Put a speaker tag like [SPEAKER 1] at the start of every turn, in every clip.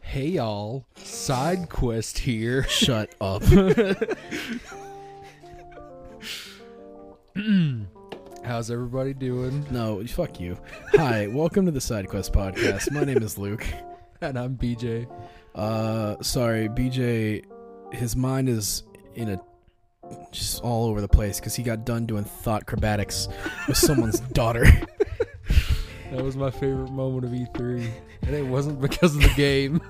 [SPEAKER 1] Hey y'all, side quest here.
[SPEAKER 2] Shut up.
[SPEAKER 1] How's everybody doing?
[SPEAKER 2] No, fuck you. Hi, welcome to the Side Quest podcast. My name is Luke.
[SPEAKER 1] And I'm BJ.
[SPEAKER 2] Uh, sorry, BJ. His mind is in a just all over the place because he got done doing thought acrobatics with someone's daughter.
[SPEAKER 1] That was my favorite moment of E3, and it wasn't because of the game.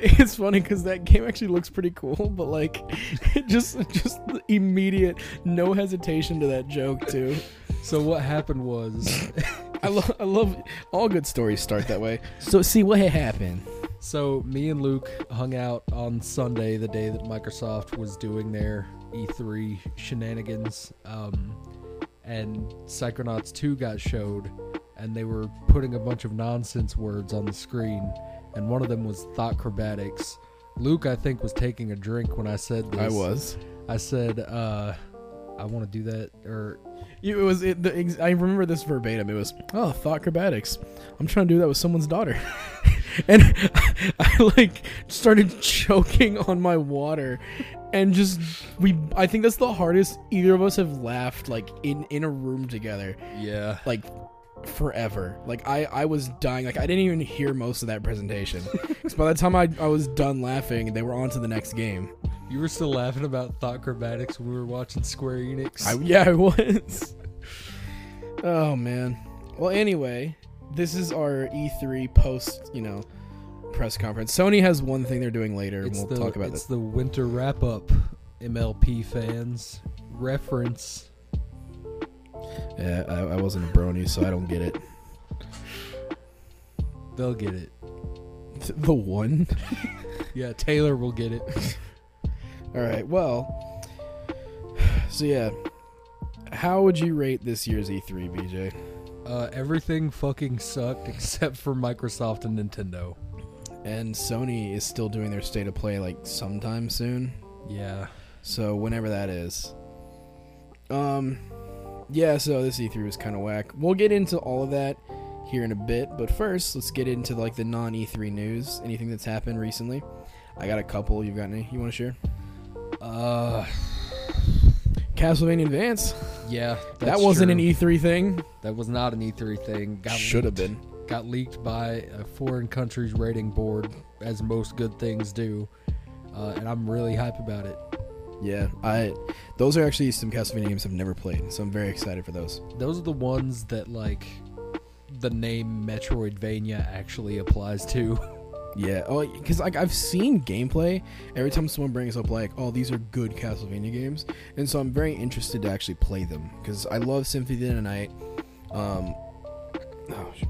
[SPEAKER 2] It's funny because that game actually looks pretty cool, but like, just just the immediate no hesitation to that joke too.
[SPEAKER 1] So what happened was,
[SPEAKER 2] I love I love all good stories start that way. So see what had happened.
[SPEAKER 1] so me and Luke hung out on Sunday, the day that Microsoft was doing their E3 shenanigans, um, and Psychonauts 2 got showed, and they were putting a bunch of nonsense words on the screen, and one of them was thought acrobatics. Luke, I think, was taking a drink when I said this.
[SPEAKER 2] I was.
[SPEAKER 1] I said, uh, I want to do that, or
[SPEAKER 2] You- It was. It, the, ex- I remember this verbatim. It was, oh, thought acrobatics. I'm trying to do that with someone's daughter, and I, like started choking on my water, and just we. I think that's the hardest either of us have laughed like in in a room together
[SPEAKER 1] yeah.
[SPEAKER 2] like forever. Like I I was dying. Like I didn't even hear most of that presentation because by the time I I was done laughing, they were on to the next game.
[SPEAKER 1] You were still laughing about thought acrobatics when we were watching Square Enix.
[SPEAKER 2] I, yeah, I was. oh man. Well, anyway, this is our E3 post, you know, press conference. Sony has one thing they're doing later,
[SPEAKER 1] it's
[SPEAKER 2] and
[SPEAKER 1] the,
[SPEAKER 2] we'll talk about
[SPEAKER 1] It's
[SPEAKER 2] this.
[SPEAKER 1] the winter wrap up, MLP fans reference.
[SPEAKER 2] Yeah, I, I wasn't a brony, so I don't get it.
[SPEAKER 1] They'll get it.
[SPEAKER 2] The one.
[SPEAKER 1] Yeah, Taylor will get it.
[SPEAKER 2] All right. Well. So yeah, how would you rate this year's E E3, BJ?
[SPEAKER 1] Uh, everything fucking sucked except for Microsoft and Nintendo.
[SPEAKER 2] And Sony is still doing their state of play like sometime soon.
[SPEAKER 1] Yeah.
[SPEAKER 2] So whenever that is. Um yeah, so this E3 was kind of whack. We'll get into all of that here in a bit, but first, let's get into like the non E3 news, anything that's happened recently. I got a couple. You've got any you want to share?
[SPEAKER 1] Uh,
[SPEAKER 2] Castlevania Advance.
[SPEAKER 1] yeah.
[SPEAKER 2] that wasn't
[SPEAKER 1] true.
[SPEAKER 2] an E3 thing.
[SPEAKER 1] That was not an E3 thing. Got
[SPEAKER 2] Should have
[SPEAKER 1] leaked.
[SPEAKER 2] been.
[SPEAKER 1] got leaked by a foreign country's rating board, as most good things do, uh, and I'm really hype about it.
[SPEAKER 2] Yeah, I those are actually some Castlevania games I've never played, so I'm very excited for those.
[SPEAKER 1] Those are the ones that like the name Metroidvania actually applies to.
[SPEAKER 2] Yeah, oh, because like I've seen gameplay every time someone brings up like, oh, these are good Castlevania games, and so I'm very interested to actually play them because I love Symphony of the Night. Um, oh, sh-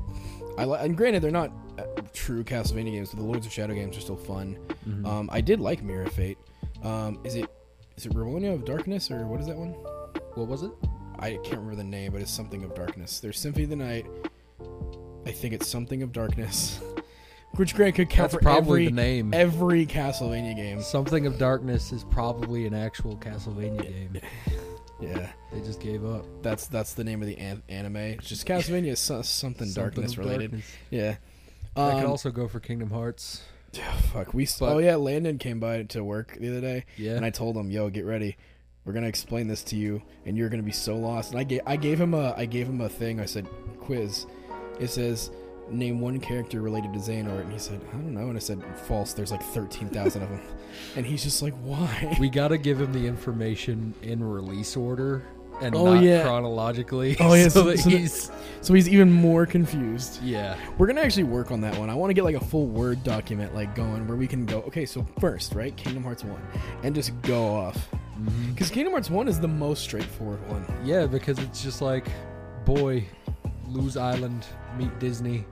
[SPEAKER 2] I li- and granted they're not uh, true Castlevania games, but the Lords of Shadow games are still fun.
[SPEAKER 1] Mm-hmm.
[SPEAKER 2] Um, I did like Mirror of Fate. Um, is it is it Revolution of Darkness or what is that one?
[SPEAKER 1] What was it?
[SPEAKER 2] I can't remember the name, but it's something of darkness. There's Symphony of the Night. I think it's something of darkness. Which Grant could count
[SPEAKER 1] That's
[SPEAKER 2] for
[SPEAKER 1] probably
[SPEAKER 2] every
[SPEAKER 1] the name.
[SPEAKER 2] every Castlevania game.
[SPEAKER 1] Something of Darkness is probably an actual Castlevania game.
[SPEAKER 2] Yeah,
[SPEAKER 1] They just gave up.
[SPEAKER 2] that's that's the name of the an- anime. It's just Castlevania is so- something,
[SPEAKER 1] Something
[SPEAKER 2] darkness
[SPEAKER 1] of
[SPEAKER 2] related.
[SPEAKER 1] Darkness.
[SPEAKER 2] Yeah.
[SPEAKER 1] That could
[SPEAKER 2] Um,
[SPEAKER 1] also go for Kingdom Hearts.
[SPEAKER 2] fuck, we. s-
[SPEAKER 1] but-
[SPEAKER 2] oh yeah, Landon came by to work the other day,
[SPEAKER 1] Yeah.
[SPEAKER 2] and I told him, "Yo, get ready. We're gonna explain this to you, and you're gonna be so lost." And I gave I gave him a I gave him a thing. I said, "Quiz." It says, "Name one character related to Xehanort," and he said, "I don't know." And I said, "False. There's like thirteen thousand of them," and he's just like, "Why?"
[SPEAKER 1] we gotta give him the information in release order and
[SPEAKER 2] Oh,
[SPEAKER 1] not
[SPEAKER 2] yeah.
[SPEAKER 1] chronologically.
[SPEAKER 2] Oh, yeah,
[SPEAKER 1] so,
[SPEAKER 2] so-
[SPEAKER 1] that
[SPEAKER 2] so that-
[SPEAKER 1] he's
[SPEAKER 2] so he's even more confused.
[SPEAKER 1] yeah.
[SPEAKER 2] We're gonna actually work on that one. I want to get like a full word document like going where we can go. Okay, so first, right, Kingdom Hearts one, and just go off because Kingdom Hearts one is the most straightforward one.
[SPEAKER 1] Yeah, because it's just like, boy, lose Island, meet Disney,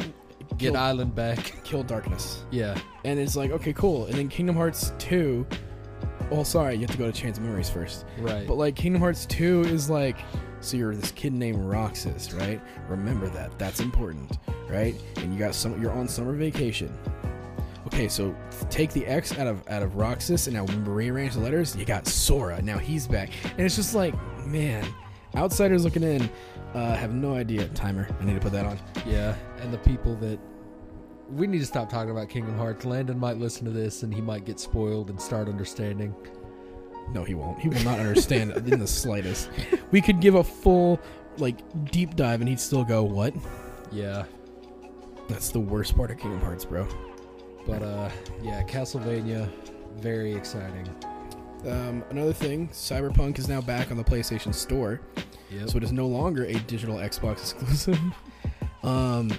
[SPEAKER 1] get
[SPEAKER 2] Kill-
[SPEAKER 1] Island back.
[SPEAKER 2] Kill darkness,
[SPEAKER 1] Yeah,
[SPEAKER 2] and it's like okay, cool. And then Kingdom Hearts two. Oh, sorry, you have to go to Chains of Memories first.
[SPEAKER 1] right.
[SPEAKER 2] But like Kingdom Hearts two is like, so you're this kid named Roxas, right? Remember that. That's important, right? And you got some. You're on summer vacation. Okay, so take the X out of out of Roxas and now rearrange the letters. You got Sora. Now he's back, and it's just like, man, outsiders looking in uh, have no idea. Timer. I need to put that on.
[SPEAKER 1] yeah, and the people that we need to stop talking about Kingdom Hearts. Landon might listen to this and he might get spoiled and start understanding.
[SPEAKER 2] No, he won't. He will not understand in the slightest. We could give a full, like, deep dive and he'd still go, What?
[SPEAKER 1] Yeah.
[SPEAKER 2] That's the worst part of Kingdom Hearts, bro.
[SPEAKER 1] But uh yeah, Castlevania, very exciting.
[SPEAKER 2] Um, another thing, Cyberpunk is now back on the PlayStation Store,
[SPEAKER 1] Yep.
[SPEAKER 2] so it is no longer a digital Xbox exclusive. um,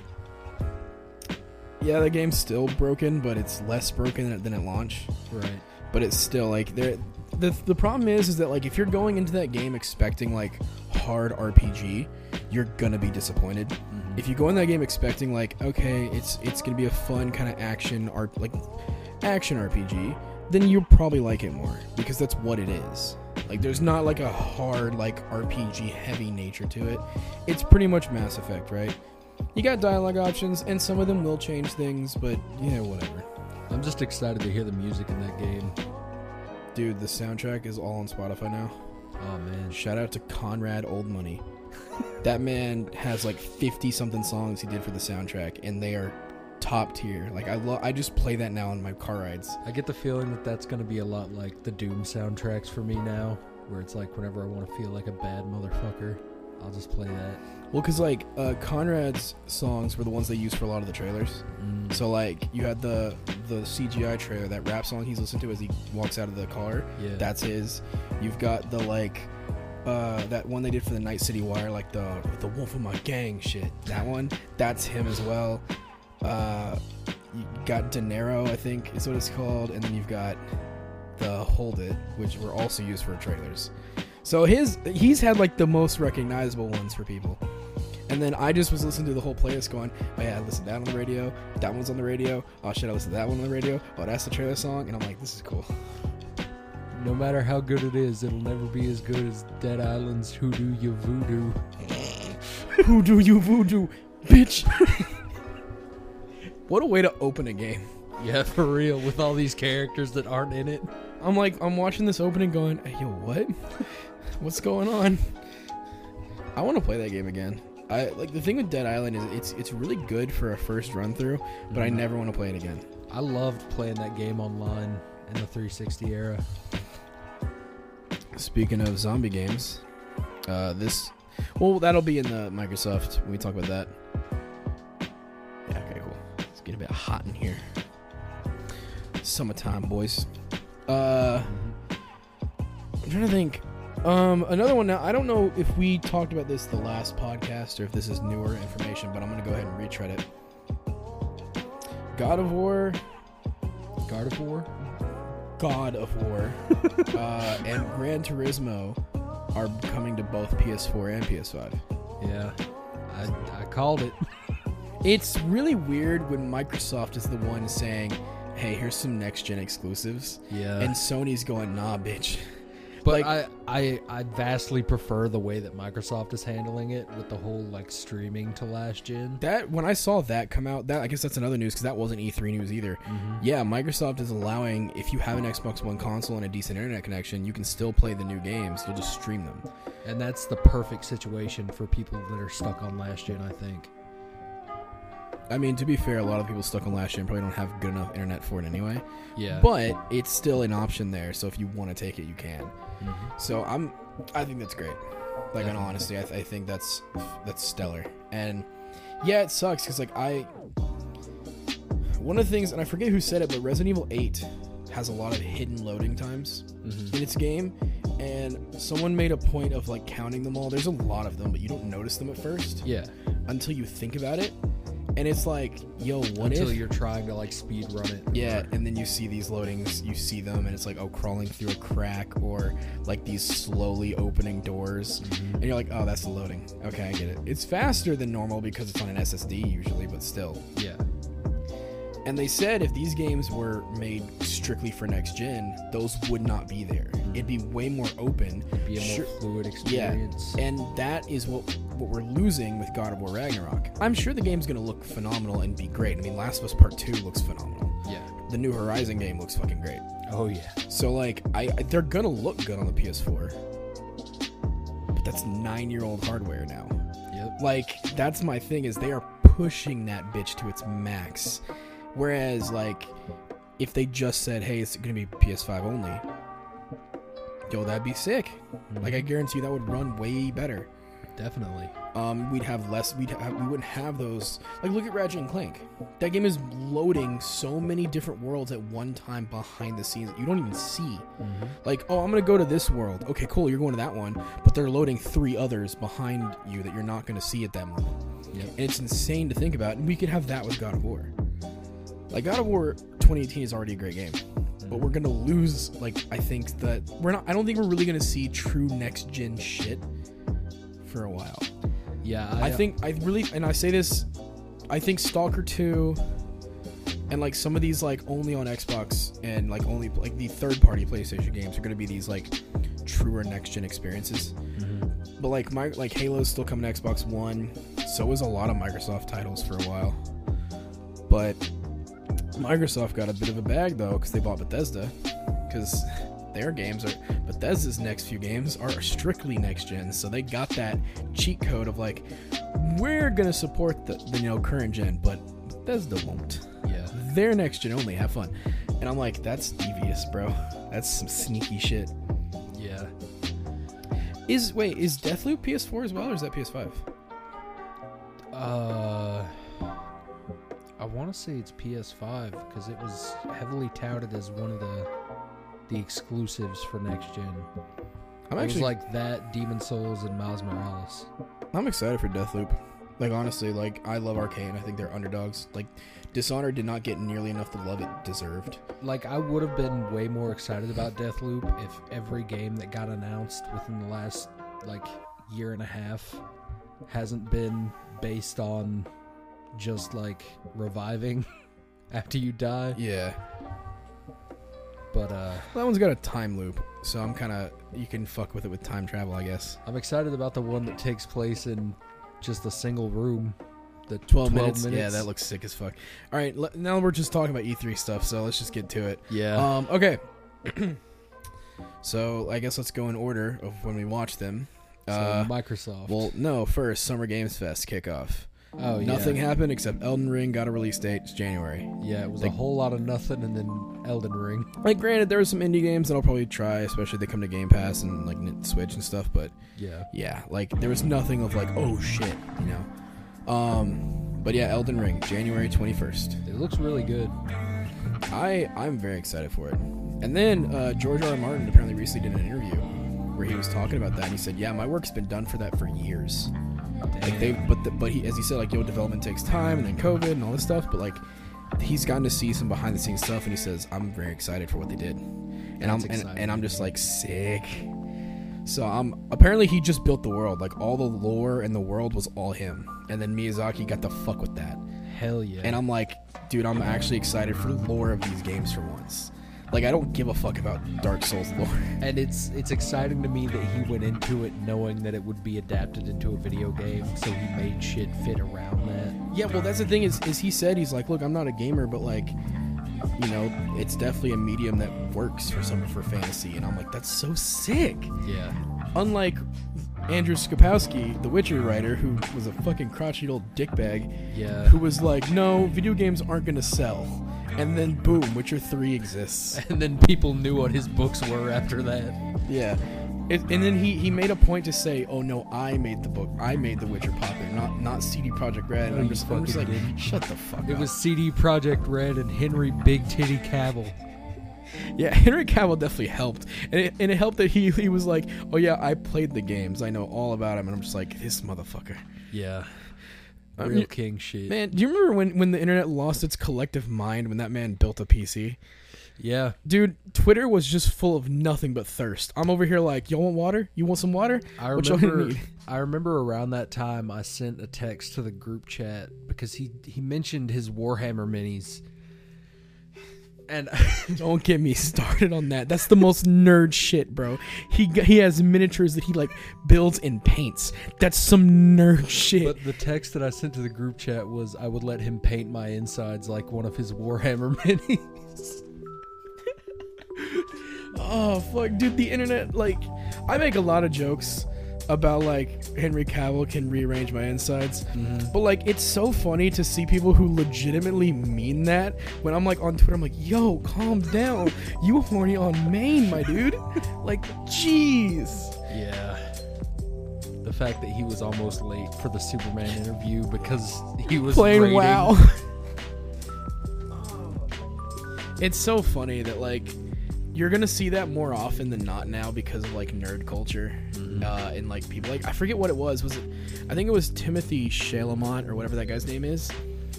[SPEAKER 2] yeah, the game's still broken, but it's less broken than at launch.
[SPEAKER 1] right.
[SPEAKER 2] but it's still like there the, the problem is is that like if you're going into that game expecting like hard rpg you're gonna be disappointed if you go in that game expecting like okay it's it's gonna be a fun kind of action art like action rpg then you'll probably like it more because that's what it is like there's not like a hard like rpg heavy nature to it it's pretty much mass effect right you got dialogue options and some of them will change things but you know whatever
[SPEAKER 1] I'm just excited to hear the music in that game.
[SPEAKER 2] dude the soundtrack is all on spotify now
[SPEAKER 1] Oh man.
[SPEAKER 2] Shout out to Conrad Old Money. that man has like 50 something songs he did for the soundtrack and they are top tier. Like I love I just play that now on my car rides.
[SPEAKER 1] I get the feeling that that's going to be a lot like the Doom soundtracks for me now, where it's like whenever I want to feel like a bad motherfucker, I'll just play that.
[SPEAKER 2] Well cuz like uh, Conrad's songs were the ones they used for a lot of the trailers. So like you had the the CGI trailer that rap song he's listening to as he walks out of the car.
[SPEAKER 1] Yeah.
[SPEAKER 2] That's his. You've got the like uh, that one they did for the Night City Wire, like the the Wolf of My Gang shit. That one, that's him as well. Uh, you got De Niro, I think is what it's called, and then you've got the Hold It, which were also used for trailers. So his he's had like the most recognizable ones for people. And then I just was listening to the whole playlist going, oh yeah, I listened to that on the radio, that one's on the radio, oh shit, I listened to that one on the radio, oh that's the trailer song, and I'm like, this is cool.
[SPEAKER 1] No matter how good it is, it'll never be as good as Dead Island's Hoodoo Ya Voodoo.
[SPEAKER 2] Who do you voodoo, bitch? what a way to open a game.
[SPEAKER 1] Yeah, for real, with all these characters that aren't in it.
[SPEAKER 2] I'm like, I'm watching this opening going, "Hey, yo, what? What's going on? I want to play that game again. I like the thing with Dead Island is it's it's really good for a first run through, but I never want to play it again.
[SPEAKER 1] I loved playing that game online in the 360 era.
[SPEAKER 2] Speaking of zombie games, uh, this well that'll be in the Microsoft when we talk about that. Yeah, okay, cool. It's getting a bit hot in here. Summertime, boys. Uh,
[SPEAKER 1] Mm-hmm.
[SPEAKER 2] I'm trying to think. Um, another one now. I don't know if we talked about this the last podcast or if this is newer information, but I'm gonna go ahead and retread it. God of War,
[SPEAKER 1] God of War?
[SPEAKER 2] God of War, uh, and Gran Turismo are coming to both PS4 and PS5.
[SPEAKER 1] Yeah, I, I called it.
[SPEAKER 2] It's really weird when Microsoft is the one saying, "Hey, here's some next gen exclusives,"
[SPEAKER 1] Yeah.
[SPEAKER 2] and Sony's going, "Nah, bitch."
[SPEAKER 1] But
[SPEAKER 2] Like-
[SPEAKER 1] I, I I vastly prefer the way that Microsoft is handling it with the whole like streaming to last gen.
[SPEAKER 2] That when I saw that come out, that I guess that's another news because that wasn't E3 news either. Yeah, Microsoft is allowing if you have an Xbox One console and a decent internet connection, you can still play the new games. You'll just stream them.
[SPEAKER 1] And that's the perfect situation for people that are stuck on last gen, I think.
[SPEAKER 2] I mean, to be fair, a lot of people stuck on last gen probably don't have good enough internet for it anyway.
[SPEAKER 1] Yeah.
[SPEAKER 2] but it's still an option there. So if you want to take it, you can.
[SPEAKER 1] Mm-hmm.
[SPEAKER 2] So I'm, I think that's great. Like in all honesty, I, th- I think that's that's stellar. And yeah, it sucks because like I, one of the things, and I forget who said it, but Resident Evil Eight has a lot of hidden loading times
[SPEAKER 1] Mm-hmm.
[SPEAKER 2] in its game, and someone made a point of like counting them all. There's a lot of them, but you don't notice them at first
[SPEAKER 1] yeah.
[SPEAKER 2] until you think about it, and it's like, yo, what
[SPEAKER 1] Until
[SPEAKER 2] if
[SPEAKER 1] you're trying to like speed run it.
[SPEAKER 2] yeah, and then you see these loadings, you see them, and it's like, oh, crawling through a crack, or like these slowly opening doors.
[SPEAKER 1] Mm-hmm.
[SPEAKER 2] And you're like, oh, that's the loading. Okay, I get it. It's faster than normal because it's on an SSD usually, but still.
[SPEAKER 1] Yeah.
[SPEAKER 2] And they said if these games were made strictly for next gen, those would not be there. It'd be way more open.
[SPEAKER 1] Mm-hmm. Be a more
[SPEAKER 2] Sure-
[SPEAKER 1] fluid
[SPEAKER 2] yeah,
[SPEAKER 1] experience.
[SPEAKER 2] and that is what what we're losing with God of War Ragnarok. I'm sure the game's gonna look phenomenal and be great. I mean, Last of Us Part Two looks phenomenal.
[SPEAKER 1] yeah.
[SPEAKER 2] The New Horizon game looks fucking great.
[SPEAKER 1] Oh yeah.
[SPEAKER 2] So like, I, I they're gonna look good on the PS4, but that's nine year old hardware now.
[SPEAKER 1] Yep.
[SPEAKER 2] Like, that's my thing is they are pushing that bitch to its max. Whereas, like, if they just said, "Hey, it's gonna be PS5 only," yo, that'd be sick. Like, I guarantee you that would run way better.
[SPEAKER 1] Definitely.
[SPEAKER 2] Um, we'd have less. We'd have, we wouldn't have those. Like, look at Ratchet and Clank. That game is loading so many different worlds at one time behind the scenes that you don't even see. Like, oh, I'm gonna go to this world. Okay, cool. You're going to that one, but they're loading three others behind you that you're not gonna see at that moment.
[SPEAKER 1] Yep.
[SPEAKER 2] And it's insane to think about. And we could have that with God of War. Like God of War 2018 is already a great game, but we're gonna lose. Like I think that we're not. I don't think we're really gonna see true next gen shit for a while.
[SPEAKER 1] Yeah,
[SPEAKER 2] I think I really and I say this. I think Stalker 2 and like some of these like only on Xbox and like only like the third party PlayStation games are gonna be these like truer next gen experiences. But like my like Halo's still coming to Xbox One. So is a lot of Microsoft titles for a while. But Microsoft got a bit of a bag though because they bought Bethesda. Because their games are Bethesda's next few games are strictly next gen, so they got that cheat code of like we're gonna support the, the you know current gen, but Bethesda won't.
[SPEAKER 1] Yeah.
[SPEAKER 2] They're next gen only. Have fun. And I'm like, that's devious, bro. That's some sneaky shit.
[SPEAKER 1] Yeah.
[SPEAKER 2] Is wait, is Deathloop PS4 as well, or is that PS5?
[SPEAKER 1] Uh, I want to say it's PS5 because it was heavily touted as one of the the exclusives for next gen.
[SPEAKER 2] I'm
[SPEAKER 1] it
[SPEAKER 2] actually
[SPEAKER 1] was
[SPEAKER 2] like,
[SPEAKER 1] like that, Demon Souls, and Miles Morales.
[SPEAKER 2] I'm excited for Deathloop. Like honestly, like I love Arcane. I think they're underdogs. Like Dishonored did not get nearly enough the love it deserved.
[SPEAKER 1] Like I would have been way more excited about Deathloop if every game that got announced within the last like year and a half hasn't been based on just like reviving after you die.
[SPEAKER 2] Yeah.
[SPEAKER 1] But uh
[SPEAKER 2] That one's got a time loop, so I'm kind of you can fuck with it with time travel, I guess.
[SPEAKER 1] I'm excited about the one that takes place in just a single room. The
[SPEAKER 2] 12, minutes. Yeah, that looks sick as fuck. All right, le- now we're just talking about E3 stuff, so let's just get to it.
[SPEAKER 1] yeah.
[SPEAKER 2] Um, okay. so I guess let's go in order of when we watch them.
[SPEAKER 1] so
[SPEAKER 2] uh,
[SPEAKER 1] Microsoft.
[SPEAKER 2] well, no, first Summer Games Fest kickoff.
[SPEAKER 1] oh yeah.
[SPEAKER 2] Nothing happened except Elden Ring got a release date. It's January.
[SPEAKER 1] Yeah, it was a
[SPEAKER 2] They-
[SPEAKER 1] whole lot of nothing, and then Elden Ring.
[SPEAKER 2] Like, granted, there were some indie games that I'll probably try, especially if they come to Game Pass and like Nint- Switch and stuff. But
[SPEAKER 1] Yeah.
[SPEAKER 2] yeah like there was nothing of like oh shit you know um but yeah elden ring january 21st
[SPEAKER 1] It looks really good.
[SPEAKER 2] i i'm very excited for it and then uh george r. R. martin apparently recently did an interview where he was talking about that and he said yeah my work's been done for that for years like they but the, but he as he said like yo development takes time and then covid and all this stuff but like he's gotten to see some behind the scenes stuff and he says i'm very excited for what they did and
[SPEAKER 1] That's
[SPEAKER 2] i'm and,
[SPEAKER 1] exciting.
[SPEAKER 2] and i'm just like sick so um apparently he just built the world like all the lore and the world was all him and then miyazaki got the fuck with that
[SPEAKER 1] Hell yeah.
[SPEAKER 2] and i'm like dude i'm actually excited for the lore of these games for once like i don't give a fuck about dark souls lore
[SPEAKER 1] and it's it's exciting to me that he went into it knowing that it would be adapted into a video game, so he made shit fit around that.
[SPEAKER 2] Yeah, well, that's the thing is, is he said he's like, look, I'm not a gamer, but like, you know, it's definitely a medium that works for some for fantasy, and I'm like, that's so sick.
[SPEAKER 1] Yeah.
[SPEAKER 2] Unlike Andrew Skopowski, the Witcher writer, who was a fucking crotchety old dickbag,
[SPEAKER 1] Yeah.
[SPEAKER 2] who was like, no, video games aren't gonna sell, and then boom, Witcher Three exists.
[SPEAKER 1] And then people knew what his books were after that.
[SPEAKER 2] Yeah. It, and then he, he made a point to say, "Oh no, I made the book. I made The Witcher popular, not not CD Project Red." And
[SPEAKER 1] No,
[SPEAKER 2] I'm
[SPEAKER 1] Oh, you
[SPEAKER 2] just, I'm just like,
[SPEAKER 1] fucking didn't.
[SPEAKER 2] "Shut the fuck
[SPEAKER 1] It
[SPEAKER 2] up."
[SPEAKER 1] was CD Project Red and Henry Big Titty Cavill.
[SPEAKER 2] Yeah, Henry Cavill definitely helped, and it, and it helped that he he was like, "Oh yeah, I played the games. I know all about him." And I'm just like, "This motherfucker,
[SPEAKER 1] Yeah.
[SPEAKER 2] I
[SPEAKER 1] Real
[SPEAKER 2] mean-
[SPEAKER 1] king shit.
[SPEAKER 2] man." Do you remember when when the internet lost its collective mind when that man built a PC?
[SPEAKER 1] Yeah.
[SPEAKER 2] Dude, Twitter was just full of nothing but thirst. I'm over here like, "Y'all want water? You want some water?
[SPEAKER 1] I
[SPEAKER 2] What y'all gonna
[SPEAKER 1] remember.
[SPEAKER 2] need?"
[SPEAKER 1] I remember around that time I sent a text to the group chat because he he mentioned his Warhammer minis, and
[SPEAKER 2] Don't get me started on that. That's the most nerd shit, bro. He g- he has miniatures that he like builds and paints. That's some nerd shit.
[SPEAKER 1] but the text that I sent to the group chat was I would let him paint my insides like one of his Warhammer minis.
[SPEAKER 2] Oh fuck, dude, the internet. Like, I make a lot of jokes uh, about like Henry Cavill can rearrange my insides. But like it's so funny to see people who legitimately mean that when I'm like on Twitter, I'm like, yo, calm down. You horny on Maine, my dude. like, jeez.
[SPEAKER 1] Yeah. The fact that he was almost late for the Superman interview because he was
[SPEAKER 2] Playing
[SPEAKER 1] raiding-
[SPEAKER 2] WoW. Oh. it's so funny that like you're gonna see that more often than not now because of like nerd culture
[SPEAKER 1] Mm-hmm.
[SPEAKER 2] uh, and like people like I forget what it was. Was it? I think it was Timothy Chalamont or whatever that guy's name is.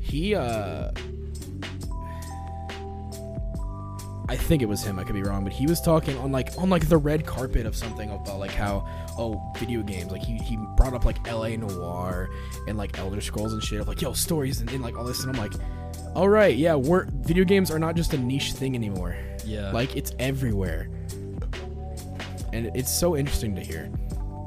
[SPEAKER 2] He. uh I think it was him. I could be wrong, but he was talking on like on like the red carpet of something about like how oh video games. Like he, he brought up like L.A. Noir and like Elder Scrolls and shit. Of like yo stories and, and like all this, and I'm like, all right, yeah, we're video games are not just a niche thing anymore.
[SPEAKER 1] Yeah.
[SPEAKER 2] Like it's everywhere, and it's so interesting to hear.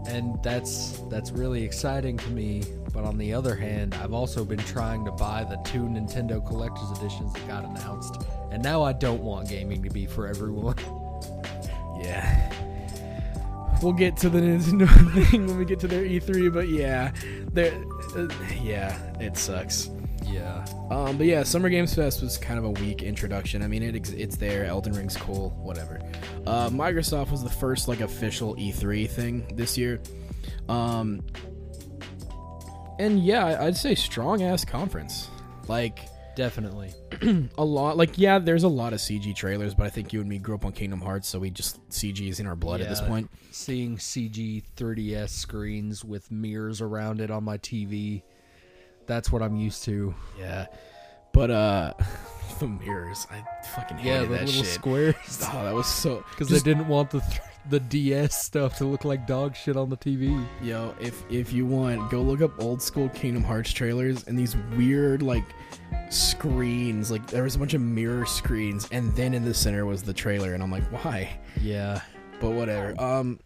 [SPEAKER 1] and that's that's really exciting to me. But on the other hand, I've also been trying to buy the two Nintendo collector's editions that got announced, and now I don't want gaming to be for everyone.
[SPEAKER 2] Yeah. We'll get to the Nintendo thing when we get to their E3, but yeah, there, uh, yeah, it sucks.
[SPEAKER 1] yeah.
[SPEAKER 2] Um, but yeah, Summer Games Fest was kind of a weak introduction. I mean, it ex- it's there. Elden Ring's cool, whatever. Uh, Microsoft was the first like official E3 thing this year, um, and yeah, I- I'd say strong ass conference. Like
[SPEAKER 1] Definitely.
[SPEAKER 2] a lot, like yeah, there's a lot of CG trailers, but I think you and me grew up on Kingdom Hearts, so we just CG is in our blood at this
[SPEAKER 1] Yeah.
[SPEAKER 2] point.
[SPEAKER 1] Seeing CG 3DS screens with mirrors around it on my TV, that's what I'm used to.
[SPEAKER 2] Yeah. But uh the mirrors, I fucking hated
[SPEAKER 1] Yeah, the
[SPEAKER 2] that
[SPEAKER 1] little
[SPEAKER 2] shit.
[SPEAKER 1] squares.
[SPEAKER 2] Oh, that was so
[SPEAKER 1] Because
[SPEAKER 2] just-
[SPEAKER 1] they didn't want the th- the DS stuff to look like dog shit on the TV.
[SPEAKER 2] yo, if if you want, go look up old school Kingdom Hearts trailers and these weird like screens, like there was a bunch of mirror screens and then in the center was the trailer and I'm like, "Why?"
[SPEAKER 1] Yeah.
[SPEAKER 2] But whatever. Um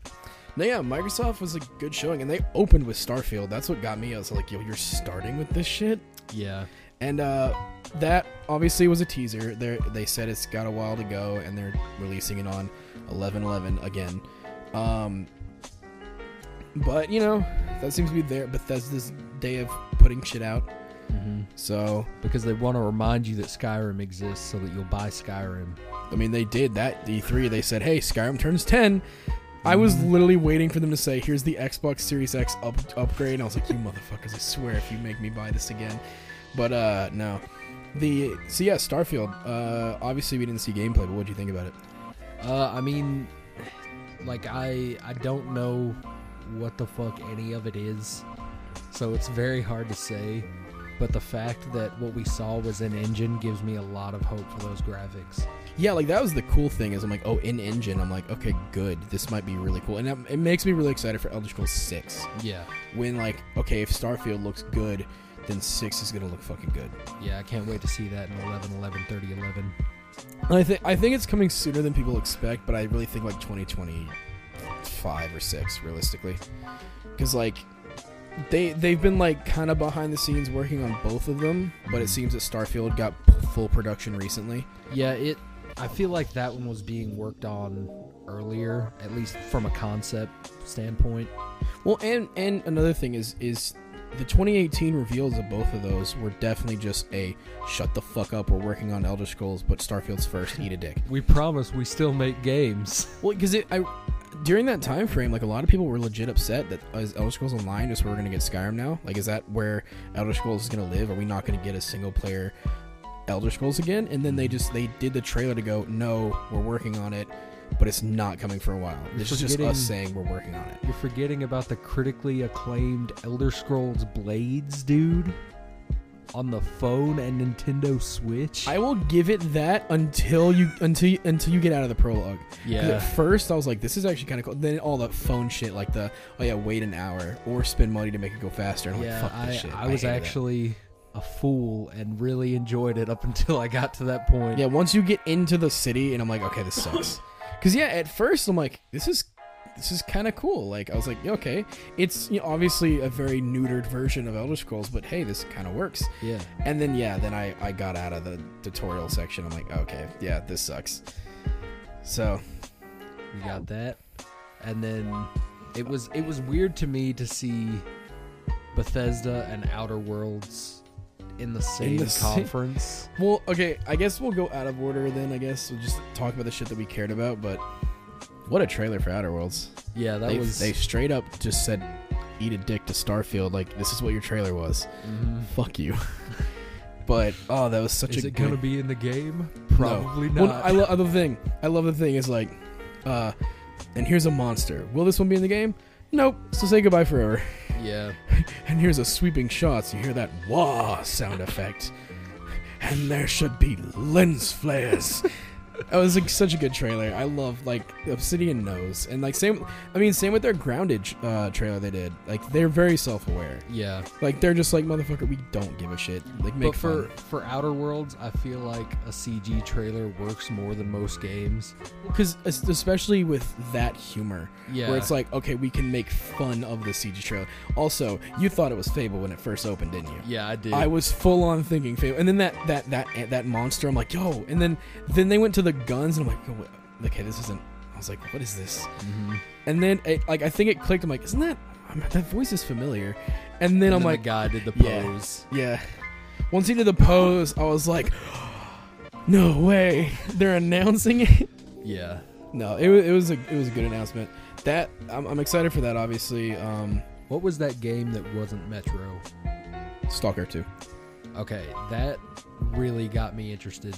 [SPEAKER 2] no, yeah, Microsoft was a good showing, and they opened with Starfield. That's what got me. I was like, "Yo, you're starting with this shit."
[SPEAKER 1] Yeah.
[SPEAKER 2] And uh, that obviously was a teaser. They they said it's got a while to go, and they're releasing it on 11/11 again. Um, but you know, that seems to be their Bethesda's day of putting shit out.
[SPEAKER 1] hmm
[SPEAKER 2] So
[SPEAKER 1] Because they want to remind you that Skyrim exists so that you'll buy Skyrim.
[SPEAKER 2] I mean, they did that E3. They said, "Hey, Skyrim turns 10." I was literally waiting for them to say, "Here's the Xbox Series X up- upgrade," and I was like, "You motherfuckers! I swear, if you make me buy this again." But uh, no. The so yeah, Starfield. Uh, obviously, we didn't see gameplay, but what do you think about it?
[SPEAKER 1] Uh, I mean, like I I don't know what the fuck any of it is, so it's very hard to say. But the fact that what we saw was an engine gives me a lot of hope for those graphics.
[SPEAKER 2] Yeah, like that was the cool thing is I'm like, oh, in engine. I'm like, okay, good. This might be really cool, and that, it makes me really excited for Elder Scrolls Six.
[SPEAKER 1] Yeah,
[SPEAKER 2] When like, okay, if Starfield looks good, then Six is gonna look fucking good.
[SPEAKER 1] yeah, I can't wait to see that in 11, 11, 30, 11.
[SPEAKER 2] I think I think it's coming sooner than people expect, but I really think like 2025 or six, realistically, because like they they've been like kind of behind the scenes working on both of them, but it seems that Starfield got p- full production recently.
[SPEAKER 1] Yeah, it. I feel like that one was being worked on earlier, at least from a concept standpoint.
[SPEAKER 2] Well, and and another thing is is the 2018 reveals of both of those were definitely just a shut the fuck up. We're working on Elder Scrolls, but Starfield's first. Eat a dick.
[SPEAKER 1] We promise we still make games.
[SPEAKER 2] Well, because it, I during that time frame, like a lot of people were legit upset that is Elder Scrolls Online just where we're gonna get Skyrim now. Like, is that where Elder Scrolls is gonna live? Are we not gonna get a single player Elder Scrolls again? And then they just they did the trailer to go, no, we're working on it, but it's not coming for a while. This is just
[SPEAKER 1] Forgetting-
[SPEAKER 2] us saying we're working on it.
[SPEAKER 1] You're forgetting about the critically acclaimed Elder Scrolls Blades, dude. On the phone and Nintendo Switch.
[SPEAKER 2] I will give it that until you until you, until you get out of the prologue. 'Cause At first, I was like, "This is actually kind of cool." Then all the phone shit, like the oh yeah, wait an hour or spend money to make it go faster. And I'm
[SPEAKER 1] yeah.
[SPEAKER 2] like, "Fuck this
[SPEAKER 1] I,
[SPEAKER 2] shit."
[SPEAKER 1] I was
[SPEAKER 2] hated it.
[SPEAKER 1] actually a fool and really enjoyed it up until I got to that point.
[SPEAKER 2] Yeah, once you get into the city, and I'm like, okay, this sucks. Because yeah, at first I'm like, this is this is kind of cool. Like I was like, yeah, okay, it's you know, obviously a very neutered version of Elder Scrolls, but hey, this kind of works.
[SPEAKER 1] Yeah.
[SPEAKER 2] And then yeah, then I I got out of the tutorial section. I'm like, okay, yeah, this sucks. So
[SPEAKER 1] We got that. And then It was it was weird to me to see Bethesda and Outer Worlds in the same
[SPEAKER 2] the same-
[SPEAKER 1] conference.
[SPEAKER 2] Well, okay, I guess we'll go out of order then. I guess we'll just talk about the shit that we cared about. But what a trailer for Outer Worlds!
[SPEAKER 1] Yeah, that
[SPEAKER 2] They,
[SPEAKER 1] was
[SPEAKER 2] they straight up just said, "Eat a dick to Starfield." Like this is what your trailer was.
[SPEAKER 1] Mhm.
[SPEAKER 2] Fuck you. but oh, that was such
[SPEAKER 1] Is
[SPEAKER 2] a
[SPEAKER 1] it
[SPEAKER 2] good
[SPEAKER 1] gonna be in the game?
[SPEAKER 2] No.
[SPEAKER 1] Probably
[SPEAKER 2] Well,
[SPEAKER 1] not.
[SPEAKER 2] I love the thing. I love the thing is like, uh, and here's a monster. Will this one be in the game? Nope. So say goodbye forever.
[SPEAKER 1] yeah.
[SPEAKER 2] And here's a sweeping shot. So you hear that wah sound effect. And there should be lens flares. that was like such a good trailer. I love like Obsidian knows, and like same. I mean, same with their Grounded uh, trailer they did. Like they're very self-aware.
[SPEAKER 1] Yeah.
[SPEAKER 2] Like they're just like motherfucker, we don't give a shit. Like make
[SPEAKER 1] but for
[SPEAKER 2] fun.
[SPEAKER 1] for Outer Worlds, I feel like a CG trailer works more than most games.
[SPEAKER 2] because especially with that humor.
[SPEAKER 1] Yeah.
[SPEAKER 2] where it's like, okay, we can make fun of the CG trailer. Also, you thought it was Fable when it first opened, didn't you?
[SPEAKER 1] yeah, I did.
[SPEAKER 2] I was full on thinking Fable, and then that that that that monster. I'm like, yo, and then then they went to the guns, and I'm like, yo, wh- okay, this isn't. I was like, what is this?
[SPEAKER 1] Mhm.
[SPEAKER 2] And then it, like I think it clicked. I'm like, isn't that I'm, that voice is familiar? And then
[SPEAKER 1] And
[SPEAKER 2] I'm
[SPEAKER 1] then
[SPEAKER 2] like,
[SPEAKER 1] the guy did the
[SPEAKER 2] yeah.
[SPEAKER 1] pose.
[SPEAKER 2] yeah. Once he did the pose, I was like, no way, they're announcing it.
[SPEAKER 1] Yeah.
[SPEAKER 2] No, it was it was a it was a good announcement. That I'm, I'm excited for that. Obviously, um,
[SPEAKER 1] What was that game that wasn't Metro?
[SPEAKER 2] Stalker two.
[SPEAKER 1] Okay, that really got me interested.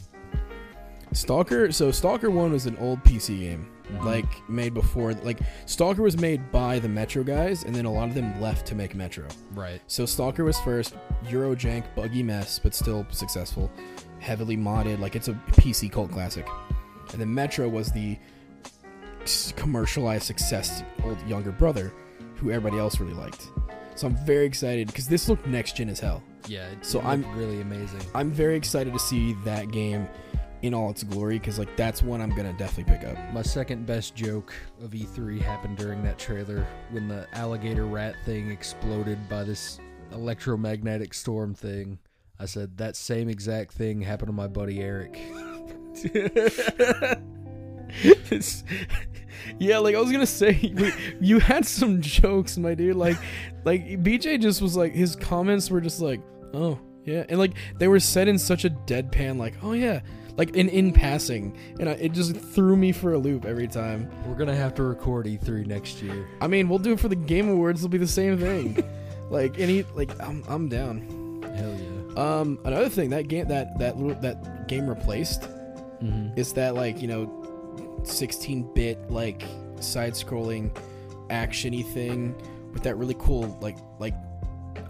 [SPEAKER 2] Stalker. So Stalker one was an old PC game, like made before. Like Stalker was made by the Metro guys, and then a lot of them left to make Metro.
[SPEAKER 1] Right.
[SPEAKER 2] So Stalker was first Eurojank buggy mess, but still successful, heavily modded. Like it's a PC cult classic. And then Metro was the s- commercialized success old younger brother, who everybody else really liked. So I'm very excited because this looked next gen as hell.
[SPEAKER 1] Yeah. It,
[SPEAKER 2] So
[SPEAKER 1] it
[SPEAKER 2] I'm-
[SPEAKER 1] looked really amazing.
[SPEAKER 2] I'm very excited to see that game in all its glory because like that's one I'm gonna definitely pick up.
[SPEAKER 1] My second best joke of E3 happened during that trailer when the alligator rat thing exploded by this electromagnetic storm thing. I said that same exact thing happened to my buddy Eric.
[SPEAKER 2] It's- yeah, like I was gonna say, we, you had some jokes, my dude. Like, like BJ just was like, his comments were just like, oh yeah, and like they were said in such a deadpan, like, oh yeah, like in in passing, and I, it just threw me for a loop every time.
[SPEAKER 1] We're gonna have to record E3 next year.
[SPEAKER 2] I mean, we'll do it for the Game Awards; it'll be the same thing. like any, like I'm I'm down.
[SPEAKER 1] Hell yeah.
[SPEAKER 2] Um, another thing that game that that little that game replaced
[SPEAKER 1] Mm-hmm.
[SPEAKER 2] is that like you know 16-bit like side-scrolling actiony thing with that really cool like like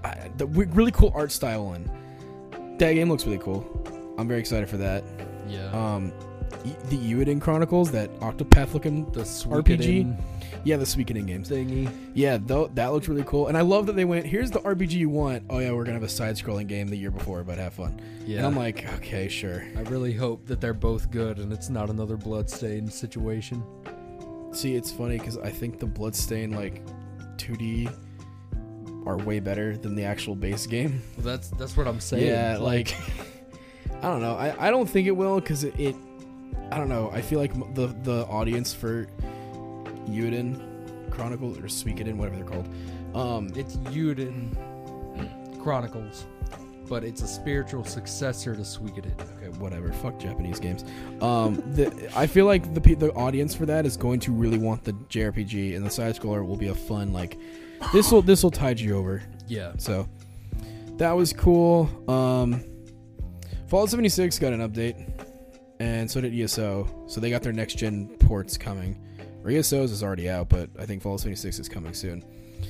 [SPEAKER 2] I, the w- really cool art style one that game looks really cool i'm very excited for that
[SPEAKER 1] Yeah.
[SPEAKER 2] um y- the Uiden Chronicles, that Octopath looking,
[SPEAKER 1] the
[SPEAKER 2] RPG?
[SPEAKER 1] RPG
[SPEAKER 2] yeah, the Suikoden games.
[SPEAKER 1] thingy.
[SPEAKER 2] Yeah, though that looked really cool, and I love that they went. Here's the RPG you want. Oh yeah, we're gonna have a side-scrolling game the year before, but have fun.
[SPEAKER 1] Yeah.
[SPEAKER 2] And I'm like, okay, sure.
[SPEAKER 1] I really hope that they're both good and it's not another bloodstained situation.
[SPEAKER 2] See, it's funny because I think the Bloodstain like 2D are way better than the actual base game.
[SPEAKER 1] Well, that's that's what I'm saying.
[SPEAKER 2] yeah, like I don't know. I, I don't think it will because it, it I don't know. I feel like m- the the audience for Yuden Chronicles or Suikoden, whatever they're called, um,
[SPEAKER 1] It's Yuden Chronicles, but it's a spiritual successor to Suikoden.
[SPEAKER 2] okay, whatever. Fuck Japanese games. Um, the, I feel like the pe- the audience for that is going to really want the JRPG and the side scroller will be a fun like. This will this will tide you over.
[SPEAKER 1] Yeah.
[SPEAKER 2] So that was cool. Um, Fallout 76 got an update, and so did ESO. So they got their next gen ports coming. Or ESO's is already out, but I think Fallout 76 is coming soon.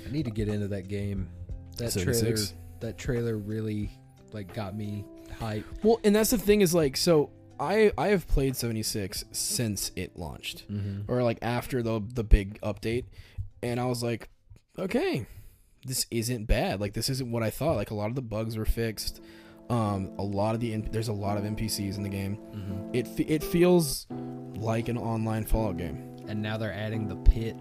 [SPEAKER 1] I need to get into that game. That
[SPEAKER 2] 76?
[SPEAKER 1] trailer that trailer really like got me hype.
[SPEAKER 2] Well, and that's the thing is like, so I I have played 76 since it launched, or like after the the big update, and I was like, okay, this isn't bad. Like this isn't what I thought. Like a lot of the bugs were fixed. Um, a lot of the N- there's a lot of NPCs in the game. It fe- it feels like an online Fallout game.
[SPEAKER 1] And now they're adding the pit.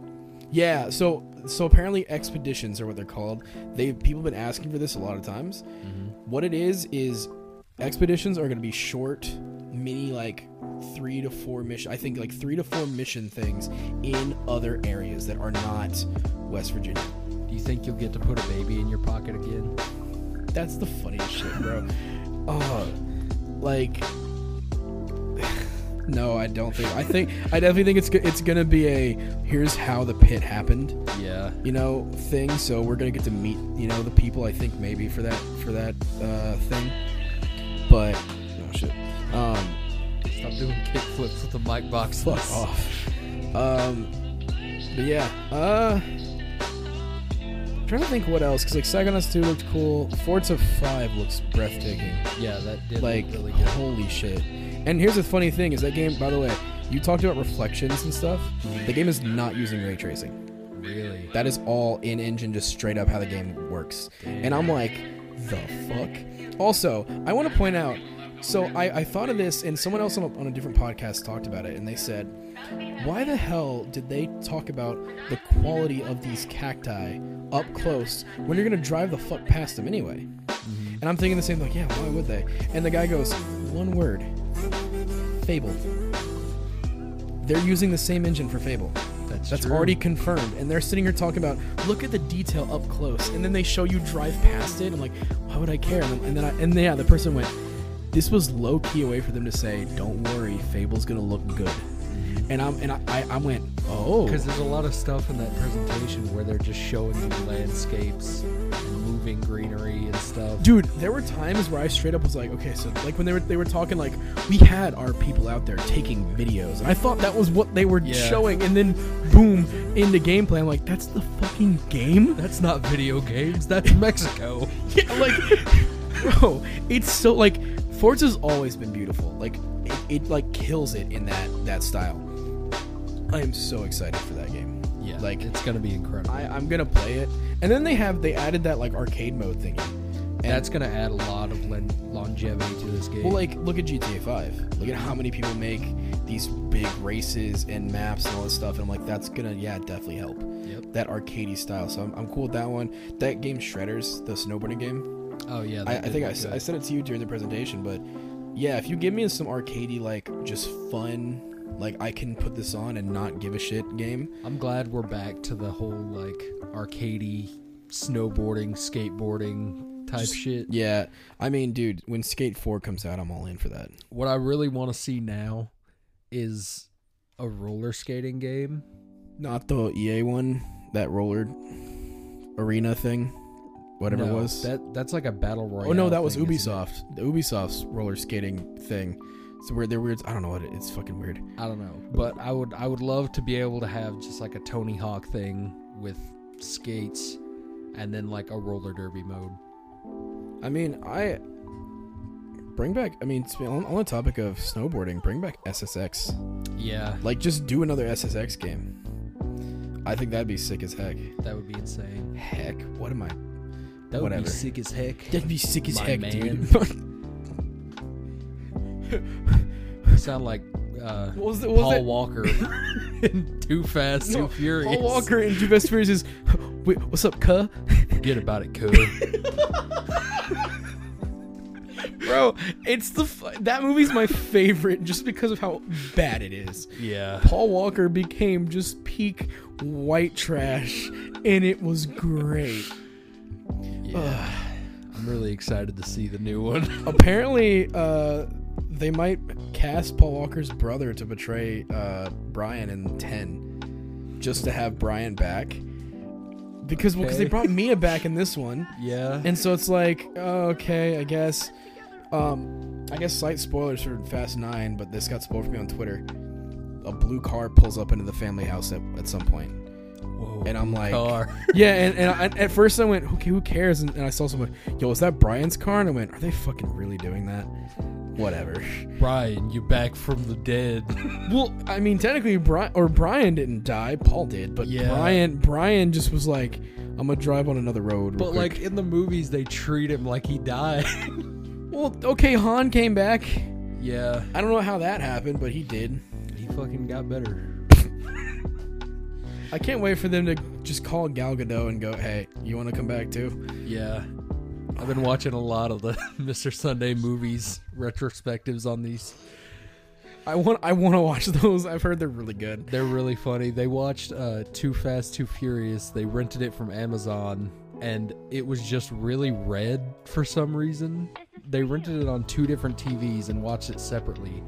[SPEAKER 2] Yeah. So so apparently expeditions are what they're called. They people have been asking for this a lot of times. What it is is expeditions are going to be short, mini like three to four mission. I think like three to four mission things in other areas that are not West Virginia.
[SPEAKER 1] Do you think you'll get to put a baby in your pocket again?
[SPEAKER 2] That's the funniest shit, bro. Uh, like, no, I don't think. I think I definitely think it's go- it's gonna be a here's how the pit happened,
[SPEAKER 1] Yeah.
[SPEAKER 2] you know, thing. So we're gonna get to meet, you know, the people. I think maybe for that for that uh, thing, but no shit. Um,
[SPEAKER 1] Stop doing kickflips with the mic box.
[SPEAKER 2] fuck off. Um, but yeah, uh, I'm trying to think what else because like Psychonauts 2 looked cool. Forza 5 looks breathtaking.
[SPEAKER 1] Yeah, that did
[SPEAKER 2] Like
[SPEAKER 1] look really good.
[SPEAKER 2] holy shit! And here's the funny thing: is that game? By the way, you talked about reflections and stuff. The game is not using ray tracing.
[SPEAKER 1] Really.
[SPEAKER 2] That is all in engine, just straight up how the game works. And I'm like, the fuck. Also, I want to point out. So I, I thought of this, and someone else on a, on a different podcast talked about it, and they said, why the hell did they talk about the quality of these cacti up close when you're gonna drive the fuck past them anyway? And I'm thinking the same, like, yeah, why would they? And the guy goes, one word, Fable. They're using the same engine for Fable.
[SPEAKER 1] That's
[SPEAKER 2] That's
[SPEAKER 1] true.
[SPEAKER 2] already confirmed. And they're sitting here talking about, look at the detail up close. And then they show you drive past it. I'm like, why would I care? And then, and then, I, and then yeah, the person went, this was low key a way for them to say, don't worry, Fable's gonna look good. And I'm and I, I, I went, oh,
[SPEAKER 1] Because there's a lot of stuff in that presentation where they're just showing you landscapes and moving greenery and stuff.
[SPEAKER 2] dude there were times where i straight up was like okay so like when they were they were talking like we had our people out there taking videos and i thought that was what they were
[SPEAKER 1] Yeah.
[SPEAKER 2] showing and then boom into gameplay i'm like that's the fucking game
[SPEAKER 1] That's not video games. That's Mexico.
[SPEAKER 2] yeah like bro it's so like forza's always been beautiful like it, it like kills it in that that style i am so excited for that game
[SPEAKER 1] Yeah,
[SPEAKER 2] like
[SPEAKER 1] it's gonna be incredible.
[SPEAKER 2] I, i'm gonna play it and then they have they added that like arcade mode thingy and
[SPEAKER 1] That's gonna add a lot of len- longevity to this game.
[SPEAKER 2] Well, like, look at GTA 5. Look at how many people make these big races and maps and all this stuff. And I'm like, that's gonna, yeah, definitely help.
[SPEAKER 1] Yep.
[SPEAKER 2] That arcadey style. So I'm, I'm cool with that one. That game, Shredders, the snowboarding game,
[SPEAKER 1] oh yeah,
[SPEAKER 2] I,
[SPEAKER 1] that
[SPEAKER 2] I
[SPEAKER 1] did
[SPEAKER 2] think I,
[SPEAKER 1] look
[SPEAKER 2] s-
[SPEAKER 1] good.
[SPEAKER 2] I said it to you during the presentation, but yeah, if you give me some arcadey, like, just fun, like, I can put this on and not give a shit game.
[SPEAKER 1] I'm glad we're back to the whole like arcadey snowboarding, skateboarding type shit.
[SPEAKER 2] Yeah. I mean, dude, when Skate 4 comes out, I'm all in for that.
[SPEAKER 1] What I really want to see now is a roller skating game.
[SPEAKER 2] Not the EA one, that roller arena thing, whatever it
[SPEAKER 1] No,
[SPEAKER 2] was.
[SPEAKER 1] that that's like a battle royale.
[SPEAKER 2] oh no, that was
[SPEAKER 1] thing, isn't it?
[SPEAKER 2] Ubisoft. The Ubisoft's roller skating thing. So where they're weird. I don't know what it, it's fucking weird.
[SPEAKER 1] I don't know, but I would I would love to be able to have just like a Tony Hawk thing with skates, and then like a roller derby mode.
[SPEAKER 2] I mean, I bring back. I mean, it's been on, on the topic of snowboarding, bring back SSX.
[SPEAKER 1] Yeah,
[SPEAKER 2] Like, just do another SSX game. I think that'd be sick as heck.
[SPEAKER 1] that would be insane.
[SPEAKER 2] Heck, what am I?
[SPEAKER 1] That would
[SPEAKER 2] Whatever.
[SPEAKER 1] be sick as heck.
[SPEAKER 2] That'd be sick as
[SPEAKER 1] My
[SPEAKER 2] heck,
[SPEAKER 1] man.
[SPEAKER 2] dude.
[SPEAKER 1] You sound like uh,
[SPEAKER 2] what was the, what was
[SPEAKER 1] Paul
[SPEAKER 2] that?
[SPEAKER 1] Walker in Too Fast, Too
[SPEAKER 2] No,
[SPEAKER 1] Furious.
[SPEAKER 2] Paul Walker in Too Fast Furious is. Wait, what's up, cuh?
[SPEAKER 1] Get about it, cuz.
[SPEAKER 2] Bro, it's the f- that movie's my favorite just because of how bad it is.
[SPEAKER 1] yeah.
[SPEAKER 2] Paul Walker became just peak white trash, and it was great.
[SPEAKER 1] yeah. I'm really excited to see the new one.
[SPEAKER 2] Apparently, uh, they might cast Paul Walker's brother to betray uh, Brian in Ten, just to have Brian back. Because well, 'cause they
[SPEAKER 1] Okay.
[SPEAKER 2] brought Mia back in this one,
[SPEAKER 1] yeah.
[SPEAKER 2] and so it's like oh, okay, I guess. Um, I guess slight spoilers for Fast Nine, but this got spoiled for me on Twitter. A blue car pulls up into the family house at, at some point.
[SPEAKER 1] Whoa.
[SPEAKER 2] and I'm like-
[SPEAKER 1] Car.
[SPEAKER 2] Yeah, and, and I, at first I went, okay, who cares? And, and I saw someone, yo, is that Brian's car? And I went, are they fucking really doing that? Whatever.
[SPEAKER 1] Brian, you back from the dead.
[SPEAKER 2] well, I mean, technically, Brian or Brian didn't die. Paul did, but
[SPEAKER 1] Yeah.
[SPEAKER 2] Brian, Brian just was like, I'm gonna drive on another road. real
[SPEAKER 1] but like
[SPEAKER 2] quick."
[SPEAKER 1] in the movies, they treat him like he died.
[SPEAKER 2] well, okay, Han came back.
[SPEAKER 1] yeah.
[SPEAKER 2] I don't know how that happened, but he did.
[SPEAKER 1] He fucking got better.
[SPEAKER 2] I can't wait for them to just call Gal Gadot and go, hey, you want to come back too?
[SPEAKER 1] Yeah. I've been watching a lot of the Mr. Sunday movies retrospectives on these.
[SPEAKER 2] I want I want to watch those. I've heard they're really good.
[SPEAKER 1] They're really funny. They watched uh, Too Fast, Too Furious. They rented it from Amazon, and it was just really red for some reason. They rented it on two different TVs and watched it separately,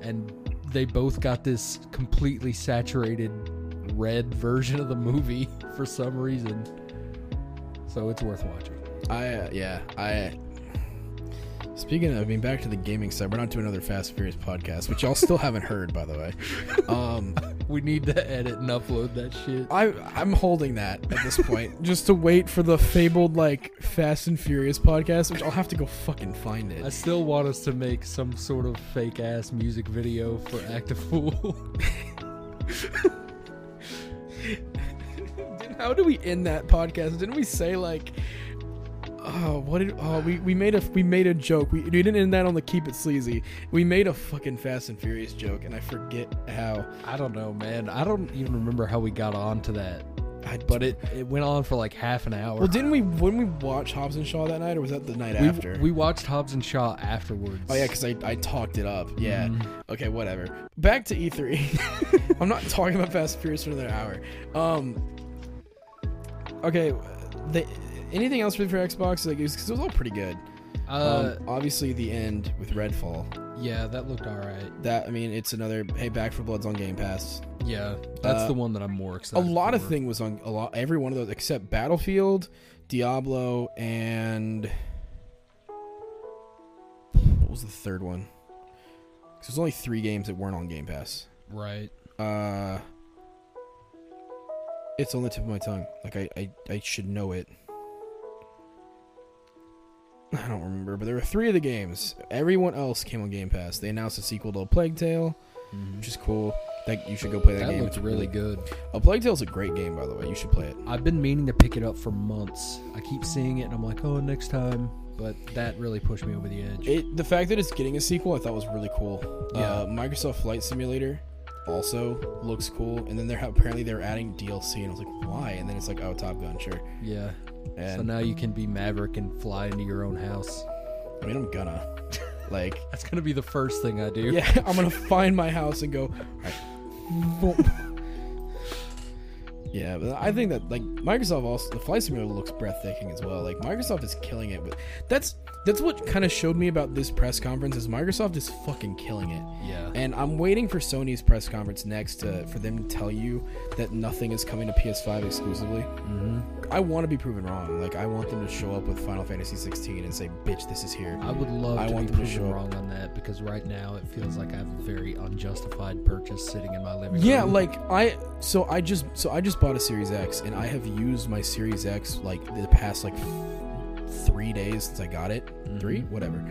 [SPEAKER 1] and they both got this completely saturated red version of the movie for some reason. So it's worth watching.
[SPEAKER 2] I uh, yeah I. Speaking of, I mean, back to the gaming side. We're not doing another Fast and Furious podcast, which y'all still haven't heard, by the way. Um,
[SPEAKER 1] We need to edit and upload that shit.
[SPEAKER 2] I I'm holding that at this point, just to wait for the fabled like Fast and Furious podcast, which I'll have to go fucking find
[SPEAKER 1] I
[SPEAKER 2] it.
[SPEAKER 1] still want us to make some sort of fake ass music video for Act a Fool.
[SPEAKER 2] How do we end that podcast? Didn't we say like, oh, what did? Oh, we, we made a we made a joke. We, we didn't end that on the keep it sleazy. We made a fucking Fast and Furious joke, and I forget how.
[SPEAKER 1] I don't know, man. I don't even remember how we got on to that.
[SPEAKER 2] I,
[SPEAKER 1] But it, it went on for like half an hour.
[SPEAKER 2] well, didn't we? Wouldn't we watch Hobbs and Shaw that night, or was that the night
[SPEAKER 1] we,
[SPEAKER 2] after?
[SPEAKER 1] we watched Hobbs and Shaw afterwards.
[SPEAKER 2] Oh yeah, because I, I talked it up. Yeah.
[SPEAKER 1] Mm-hmm.
[SPEAKER 2] Okay, whatever. Back to E3. I'm not talking about Fast and Furious for another hour. Um. Okay, the, anything else for for Xbox? Like, because it, was all pretty good.
[SPEAKER 1] Uh,
[SPEAKER 2] Um, obviously, the end with Redfall.
[SPEAKER 1] yeah, that looked all right.
[SPEAKER 2] That I mean, it's another hey, Back for Blood's on Game Pass.
[SPEAKER 1] Yeah, that's
[SPEAKER 2] Uh,
[SPEAKER 1] the one that I'm more
[SPEAKER 2] A
[SPEAKER 1] excited.
[SPEAKER 2] lot of
[SPEAKER 1] for.
[SPEAKER 2] thing was on a lot. Every one of those except Battlefield, Diablo, and what was the third one? 'Cause there's only three games that weren't on Game Pass.
[SPEAKER 1] Right.
[SPEAKER 2] Uh, it's on the tip of my tongue. Like I, I, I should know it. I don't remember, but there were three of the games. Everyone else came on Game Pass. They announced a sequel to A Plague Tale, which is cool. That you should go play that,
[SPEAKER 1] Mm-hmm. That
[SPEAKER 2] game.
[SPEAKER 1] looked
[SPEAKER 2] It's
[SPEAKER 1] really good.
[SPEAKER 2] A Uh, Plague Tale is a great game, by the way. You should play it.
[SPEAKER 1] I've been meaning to pick it up for months. I keep seeing it, and I'm like, oh, next time. But that really pushed me over the edge.
[SPEAKER 2] It the fact that it's getting a sequel, I thought was really cool. Uh,
[SPEAKER 1] Yeah.
[SPEAKER 2] Microsoft Flight Simulator also looks cool, and then they're apparently they're adding DLC, and I was like, why? And then it's like, oh, Top Gun, sure.
[SPEAKER 1] yeah.
[SPEAKER 2] And
[SPEAKER 1] So now you can be Maverick and fly into your own house.
[SPEAKER 2] I mean, I'm gonna. Like,
[SPEAKER 1] That's gonna be the first thing I do.
[SPEAKER 2] yeah, I'm gonna find my house and go. "Alright." yeah, but I think that like Microsoft also the flight simulator looks breathtaking as well. Like Microsoft is killing it. With that's that's what kind of showed me about this press conference is Microsoft is fucking killing it.
[SPEAKER 1] Yeah.
[SPEAKER 2] And I'm waiting for Sony's press conference next to for them to tell you that nothing is coming to PS5 exclusively.
[SPEAKER 1] Mm-hmm.
[SPEAKER 2] I want to be proven wrong. Like I want them to show up with Final Fantasy 16 and say, "Bitch, this is here."
[SPEAKER 1] I would love
[SPEAKER 2] I
[SPEAKER 1] to
[SPEAKER 2] want
[SPEAKER 1] be
[SPEAKER 2] them to show
[SPEAKER 1] proven
[SPEAKER 2] up.
[SPEAKER 1] wrong on that because right now it feels like I have a very unjustified purchase sitting in my living
[SPEAKER 2] Yeah,
[SPEAKER 1] room.
[SPEAKER 2] like I so I just so I just bought a Series X and I have used my Series X like the past like f- 3 days since I got it. 3,
[SPEAKER 1] Mm-hmm.
[SPEAKER 2] whatever.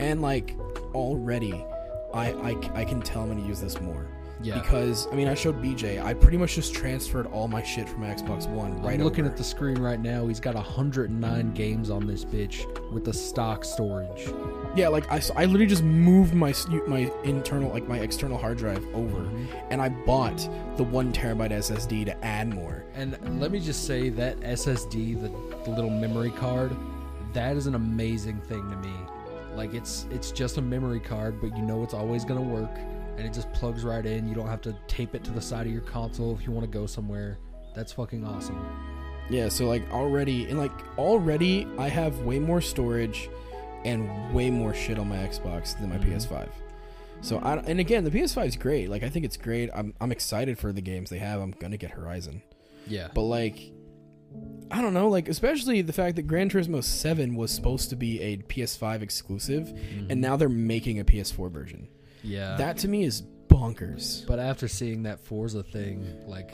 [SPEAKER 2] And like already I I c- I can tell I'm going to use this more.
[SPEAKER 1] Yeah.
[SPEAKER 2] Because I mean, I showed BJ. I pretty much just transferred all my shit from my Xbox One right
[SPEAKER 1] I'm looking
[SPEAKER 2] over.
[SPEAKER 1] at the screen right now. He's got 109 games on this bitch with the stock storage.
[SPEAKER 2] Yeah, like I, s- I literally just moved my s- my internal like my external hard drive over,
[SPEAKER 1] Mm-hmm.
[SPEAKER 2] and I bought the one terabyte SSD to add more.
[SPEAKER 1] And let me just say that SSD, the, the little memory card, that is an amazing thing to me. Like it's it's just a memory card, but you know it's always gonna work, and it just plugs right in. You don't have to tape it to the side of your console if you want to go somewhere. That's fucking awesome.
[SPEAKER 2] Yeah, so like already and like already I have way more storage and way more shit on my Xbox than my PS5. So I and again, the PS5 is great. Like I think it's great. I'm I'm excited for the games they have. I'm going to get Horizon.
[SPEAKER 1] Yeah.
[SPEAKER 2] But like I don't know, like especially the fact that Gran Turismo 7 was supposed to be a PS5 exclusive and now they're making a PS4 version.
[SPEAKER 1] yeah.
[SPEAKER 2] That to me is bonkers.
[SPEAKER 1] But after seeing that Forza thing, like,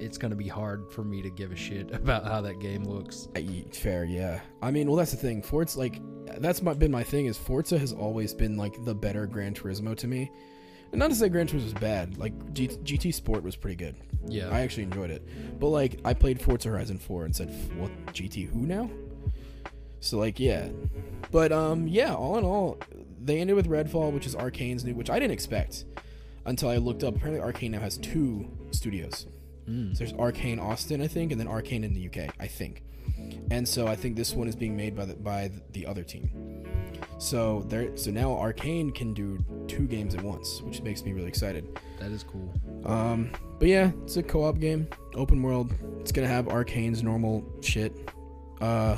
[SPEAKER 1] it's gonna be hard for me to give a shit about how that game looks.
[SPEAKER 2] I- Fair, yeah. I mean, well, that's the thing. Forza, like, that's my, been my thing is Forza has always been like the better Gran Turismo to me. And not to say Gran Turismo was bad. Like G- GT Sport was pretty good.
[SPEAKER 1] Yeah.
[SPEAKER 2] I actually enjoyed it. But like, I played Forza Horizon Four and said, "F- "What GT? Who now?" So like, yeah. But um, yeah. All in all, they ended with Redfall, which is Arcane's new, which I didn't expect until I looked up. Apparently, Arcane now has two studios. So there's Arcane Austin, I think, and then Arcane in the UK, I think. And so I think this one is being made by the, by the other team. So there, so now Arcane can do two games at once, which makes me really excited.
[SPEAKER 1] That is cool.
[SPEAKER 2] Um, but yeah, it's a co-op game, open world. It's gonna have Arcane's normal shit. Uh,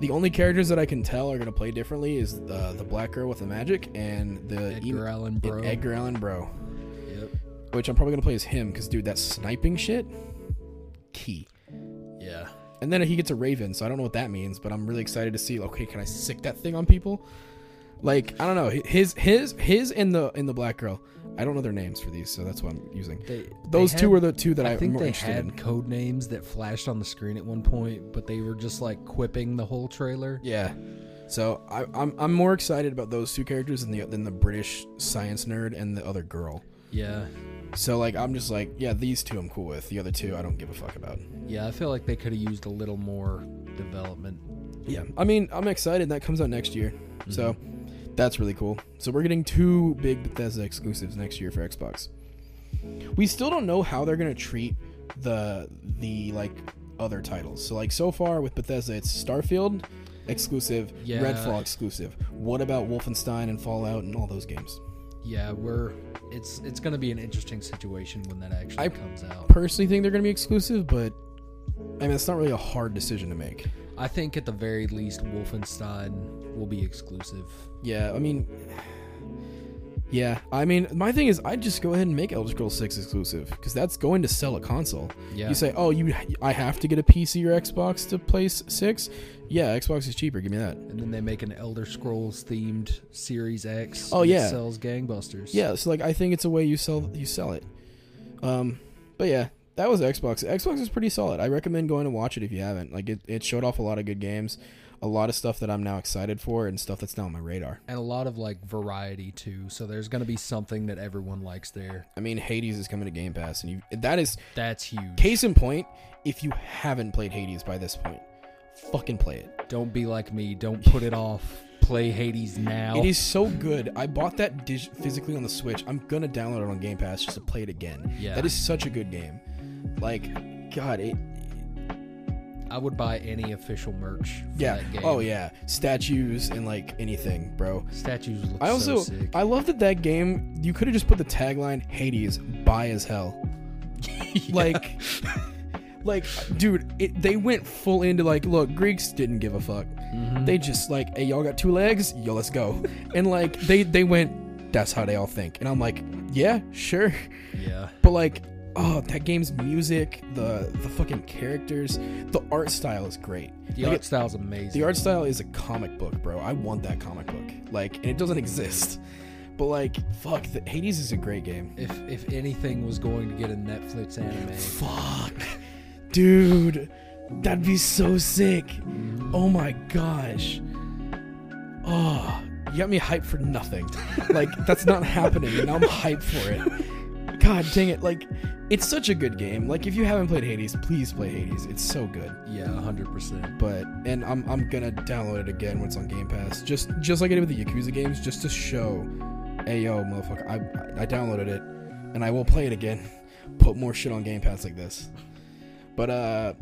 [SPEAKER 2] the only characters that I can tell are gonna play differently is uh, the the black girl with the magic and the
[SPEAKER 1] Edgar
[SPEAKER 2] em-
[SPEAKER 1] Allan Bro.
[SPEAKER 2] and Edgar Allan Bro,
[SPEAKER 1] Yep.
[SPEAKER 2] which I'm probably gonna play as him because dude, that sniping shit, key.
[SPEAKER 1] Yeah.
[SPEAKER 2] And then he gets a raven, so I don't know what that means, but I'm really excited to see. Okay, can I sick that thing on people? Like I don't know his his his and the in the black girl. I don't know their names for these, so that's what I'm using.
[SPEAKER 1] They, they
[SPEAKER 2] Those two
[SPEAKER 1] had-
[SPEAKER 2] were the two that I,
[SPEAKER 1] I
[SPEAKER 2] am
[SPEAKER 1] think
[SPEAKER 2] more
[SPEAKER 1] they
[SPEAKER 2] interested
[SPEAKER 1] had
[SPEAKER 2] in.
[SPEAKER 1] code names that flashed on the screen at one point, but they were just like quipping the whole trailer.
[SPEAKER 2] Yeah. So I, I'm I'm more excited about those two characters than the than the British science nerd and the other girl.
[SPEAKER 1] Yeah.
[SPEAKER 2] So like I'm just like yeah these two I'm cool with. The other two I don't give a fuck about.
[SPEAKER 1] Yeah, I feel like they could have used a little more development.
[SPEAKER 2] Yeah. I mean I'm excited that comes out next year. So that's really cool. So we're getting two big Bethesda exclusives next year for Xbox. We still don't know how they're gonna treat the the like other titles. So like so far with Bethesda it's Starfield exclusive,
[SPEAKER 1] Yeah.
[SPEAKER 2] Redfall exclusive. What about Wolfenstein and Fallout and all those games?
[SPEAKER 1] Yeah, we're it's it's going to be an interesting situation when that actually
[SPEAKER 2] I-
[SPEAKER 1] comes out.
[SPEAKER 2] personally think they're going to be exclusive, but I mean, it's not really a hard decision to make.
[SPEAKER 1] I think at the very least Wolfenstein will be exclusive.
[SPEAKER 2] Yeah, I mean, yeah, I mean, my thing is, I'd just go ahead and make Elder Scrolls 6 exclusive because that's going to sell a console.
[SPEAKER 1] Yeah.
[SPEAKER 2] You say, oh, you, I have to get a PC or Xbox to play s- 6? Yeah, Xbox is cheaper. Give me that.
[SPEAKER 1] and then they make an Elder Scrolls themed Series X.
[SPEAKER 2] Oh,
[SPEAKER 1] that
[SPEAKER 2] yeah.
[SPEAKER 1] sells gangbusters.
[SPEAKER 2] Yeah, so like, I think it's a way you sell you sell it. Um, but yeah, that was Xbox. Xbox is pretty solid. I recommend going to watch it if you haven't. Like, it, it showed off a lot of good games, a lot of stuff that I'm now excited for, and stuff that's now on my radar.
[SPEAKER 1] and a lot of like variety too. So there's going to be something that everyone likes there.
[SPEAKER 2] I mean, Hades is coming to Game Pass, and you, that is
[SPEAKER 1] That's huge.
[SPEAKER 2] case in point. If you haven't played Hades by this point, fucking play it.
[SPEAKER 1] Don't be like me. Don't put it off. Play Hades now.
[SPEAKER 2] It is so good. I bought that dig- physically on the Switch. I'm gonna download it on Game Pass just to play it again.
[SPEAKER 1] Yeah.
[SPEAKER 2] that is such a good game. Like, God, it.
[SPEAKER 1] I would buy any official merch. For
[SPEAKER 2] Yeah.
[SPEAKER 1] That game.
[SPEAKER 2] Oh yeah, statues and like anything, bro.
[SPEAKER 1] Statues look
[SPEAKER 2] I also
[SPEAKER 1] so sick.
[SPEAKER 2] I love that that game. You could have just put the tagline "Hades by as hell." Like, like, dude, it, they went full into like, look, Greeks didn't give a fuck.
[SPEAKER 1] Mm-hmm.
[SPEAKER 2] They just like, hey, y'all got two legs, yo, let's go. and like, they they went, that's how they all think. And I'm like, yeah, sure,
[SPEAKER 1] yeah.
[SPEAKER 2] but like. Oh, that game's music, the the fucking characters, the art style is great.
[SPEAKER 1] The
[SPEAKER 2] Like,
[SPEAKER 1] art style's amazing.
[SPEAKER 2] the art style is a comic book, bro. I want that comic book. Like, and it doesn't exist. But like, fuck, the, Hades is a great game.
[SPEAKER 1] if if anything was going to get a Netflix anime,
[SPEAKER 2] Fuck, dude, that'd be so sick. Oh my gosh. Oh, you got me hyped for nothing. Like, that's not happening, and now I'm hyped for it. God dang it! Like, it's such a good game. Like, if you haven't played Hades, please play Hades. It's so good.
[SPEAKER 1] yeah, hundred percent.
[SPEAKER 2] but and I'm, I'm gonna download it again when it's on Game Pass, just just like I did with the Yakuza games, just to show, hey yo, motherfucker, I I downloaded it, and I will play it again. Put more shit on Game Pass like this. But uh,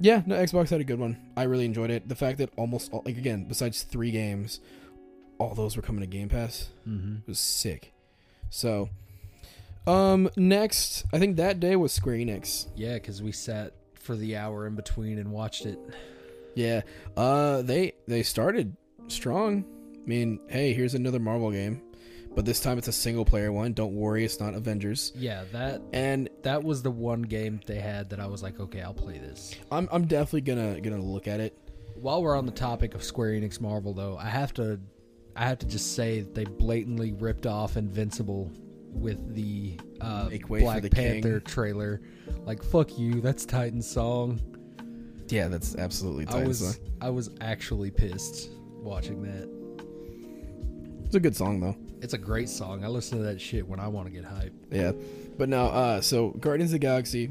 [SPEAKER 2] yeah, no, Xbox had a good one. I really enjoyed it. The fact that almost all, like again, besides three games, all those were coming to Game Pass
[SPEAKER 1] Mm-hmm.
[SPEAKER 2] was sick. So, um, next, I think that day was Square Enix.
[SPEAKER 1] Yeah, because we sat for the hour in between and watched it.
[SPEAKER 2] Yeah. Uh they they started strong. I mean, hey, here's another Marvel game. But this time it's a single player one. Don't worry, it's not Avengers.
[SPEAKER 1] Yeah, that
[SPEAKER 2] And
[SPEAKER 1] that was the one game they had that I was like, okay, I'll play this.
[SPEAKER 2] I'm I'm definitely gonna gonna look at it.
[SPEAKER 1] While we're on the topic of Square Enix Marvel, though, I have to, I have to just say that they blatantly ripped off Invincible with the uh,
[SPEAKER 2] Make way for
[SPEAKER 1] Black
[SPEAKER 2] the king.
[SPEAKER 1] Panther trailer. Like, fuck you, that's Titan's song.
[SPEAKER 2] Yeah, that's absolutely
[SPEAKER 1] I was, I was actually pissed watching that.
[SPEAKER 2] It's a good song though.
[SPEAKER 1] It's a great song. I listen to that shit when I want to get hype.
[SPEAKER 2] Yeah. But no, uh so Guardians of the Galaxy.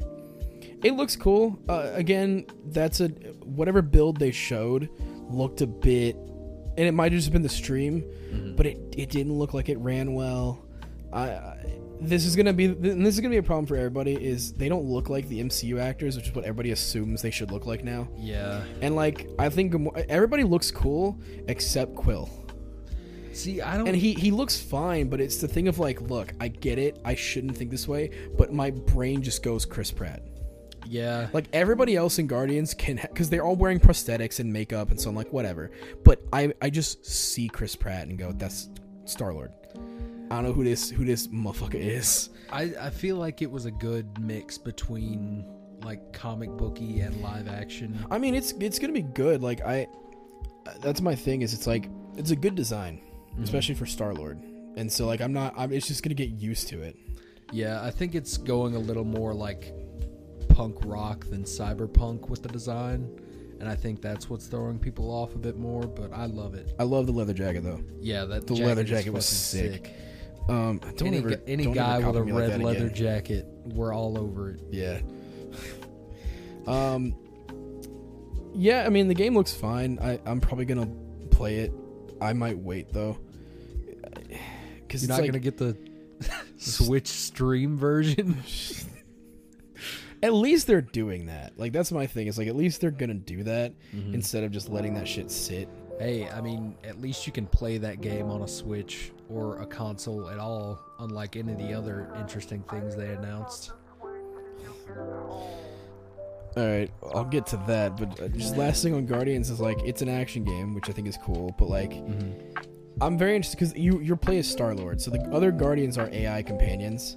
[SPEAKER 2] It looks cool. Uh, again, that's a whatever build they showed looked a bit and it might have just been the stream, but it, it didn't look like it ran well. I, I this is gonna be and this is gonna be a problem for everybody is they don't look like the MCU actors, which is what everybody assumes they should look like now.
[SPEAKER 1] Yeah,
[SPEAKER 2] And like I think Gamora- everybody looks cool except Quill.
[SPEAKER 1] See, I don't.
[SPEAKER 2] And he he looks fine, but it's the thing of like, look, I get it. I shouldn't think this way, but my brain just goes Chris Pratt.
[SPEAKER 1] yeah,
[SPEAKER 2] Like everybody else in Guardians can, because they're all wearing prosthetics and makeup, and so I'm like, whatever. But I, I just see Chris Pratt and go, that's Star Lord. I don't know who this, who this motherfucker is.
[SPEAKER 1] I I feel like it was a good mix between like comic booky and live action.
[SPEAKER 2] I mean, it's it's gonna be good. Like I, that's my thing. Is it's like it's a good design, especially for Star Lord. And so like I'm not. I'm, it's just gonna get used to it.
[SPEAKER 1] Yeah, I think it's going a little more like punk rock than cyberpunk with the design, and I think that's what's throwing people off a bit more. But I love it.
[SPEAKER 2] I love the leather jacket though.
[SPEAKER 1] Yeah, that
[SPEAKER 2] The leather
[SPEAKER 1] is
[SPEAKER 2] jacket was
[SPEAKER 1] fucking
[SPEAKER 2] sick. Um, don't
[SPEAKER 1] any
[SPEAKER 2] ever,
[SPEAKER 1] gu- any
[SPEAKER 2] don't
[SPEAKER 1] guy
[SPEAKER 2] ever
[SPEAKER 1] with a
[SPEAKER 2] copy me like
[SPEAKER 1] red
[SPEAKER 2] that
[SPEAKER 1] leather
[SPEAKER 2] again.
[SPEAKER 1] jacket, we're all over it.
[SPEAKER 2] Yeah. um. Yeah, I mean the game looks fine. I I'm probably gonna play it. I might wait though. Because
[SPEAKER 1] You're not gonna get the Switch stream version.
[SPEAKER 2] at least they're doing that. Like that's my thing. It's like at least they're gonna do that instead of just letting that shit sit.
[SPEAKER 1] hey, I mean, at least you can play that game on a Switch or a console at all, unlike any of the other interesting things they announced.
[SPEAKER 2] All right, I'll get to that. But uh, just last thing on Guardians is like it's an action game, which I think is cool. But like, I'm very interested because you you play as Star Lord, so the other Guardians are AI companions,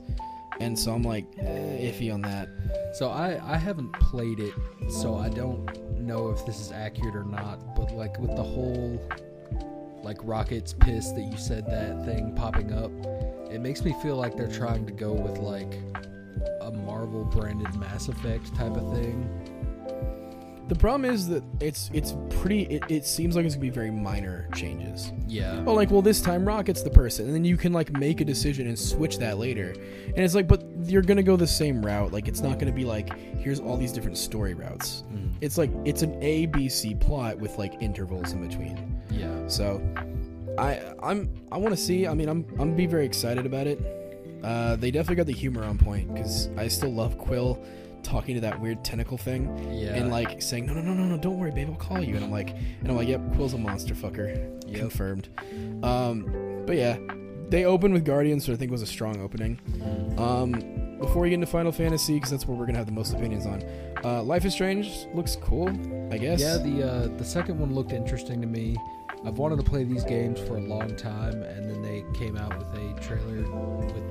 [SPEAKER 2] and so I'm like eh, iffy on that.
[SPEAKER 1] So I I haven't played it, so I don't know if this is accurate or not. But like with the whole like rockets piss that you said that thing popping up, it makes me feel like they're trying to go with like a Marvel branded Mass Effect type of thing.
[SPEAKER 2] The problem is that it's it's pretty. It, it seems like it's gonna be very minor changes.
[SPEAKER 1] Yeah.
[SPEAKER 2] Oh, like well, this time Rocket's the person, and then you can like make a decision and switch that later. And it's like, but you're gonna go the same route. Like it's not gonna be like here's all these different story routes. It's like it's an A B C plot with like intervals in between.
[SPEAKER 1] Yeah.
[SPEAKER 2] So I I'm I want to see. I mean, I'm I'm gonna be very excited about it. Uh, they definitely got the humor on point because I still love Quill talking to that weird tentacle thing
[SPEAKER 1] Yeah.
[SPEAKER 2] and like saying no no no no no don't worry babe I'll call you and I'm like and I'm like yep Quill's a monster fucker
[SPEAKER 1] Yep.
[SPEAKER 2] confirmed. Um, but yeah, they opened with Guardians, which I think was a strong opening. Um, before we get into Final Fantasy, because that's what we're gonna have the most opinions on. Uh, Life is Strange looks cool, I guess.
[SPEAKER 1] Yeah, the uh, the second one looked interesting to me. I've wanted to play these games for a long time, and then they came out with a trailer with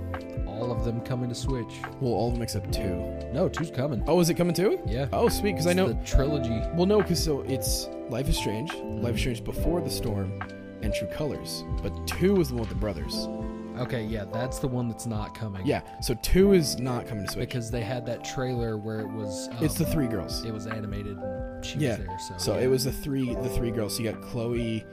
[SPEAKER 1] all of them coming to Switch.
[SPEAKER 2] well, all of them except two.
[SPEAKER 1] No, two's coming.
[SPEAKER 2] Oh, is it coming too?
[SPEAKER 1] Yeah.
[SPEAKER 2] Oh, sweet, because I
[SPEAKER 1] It's
[SPEAKER 2] know.
[SPEAKER 1] the trilogy.
[SPEAKER 2] Well, no, because so it's Life is Strange,
[SPEAKER 1] Mm-hmm.
[SPEAKER 2] Life is Strange before the storm, and True Colors. But two is the one with the brothers.
[SPEAKER 1] Okay, yeah, that's the one that's not coming.
[SPEAKER 2] Yeah, so two is not coming to Switch.
[SPEAKER 1] because they had that trailer where it was um,
[SPEAKER 2] it's the three girls.
[SPEAKER 1] it was animated. And she
[SPEAKER 2] yeah.
[SPEAKER 1] was there, so,
[SPEAKER 2] it was the three the three girls. So you got Chloe,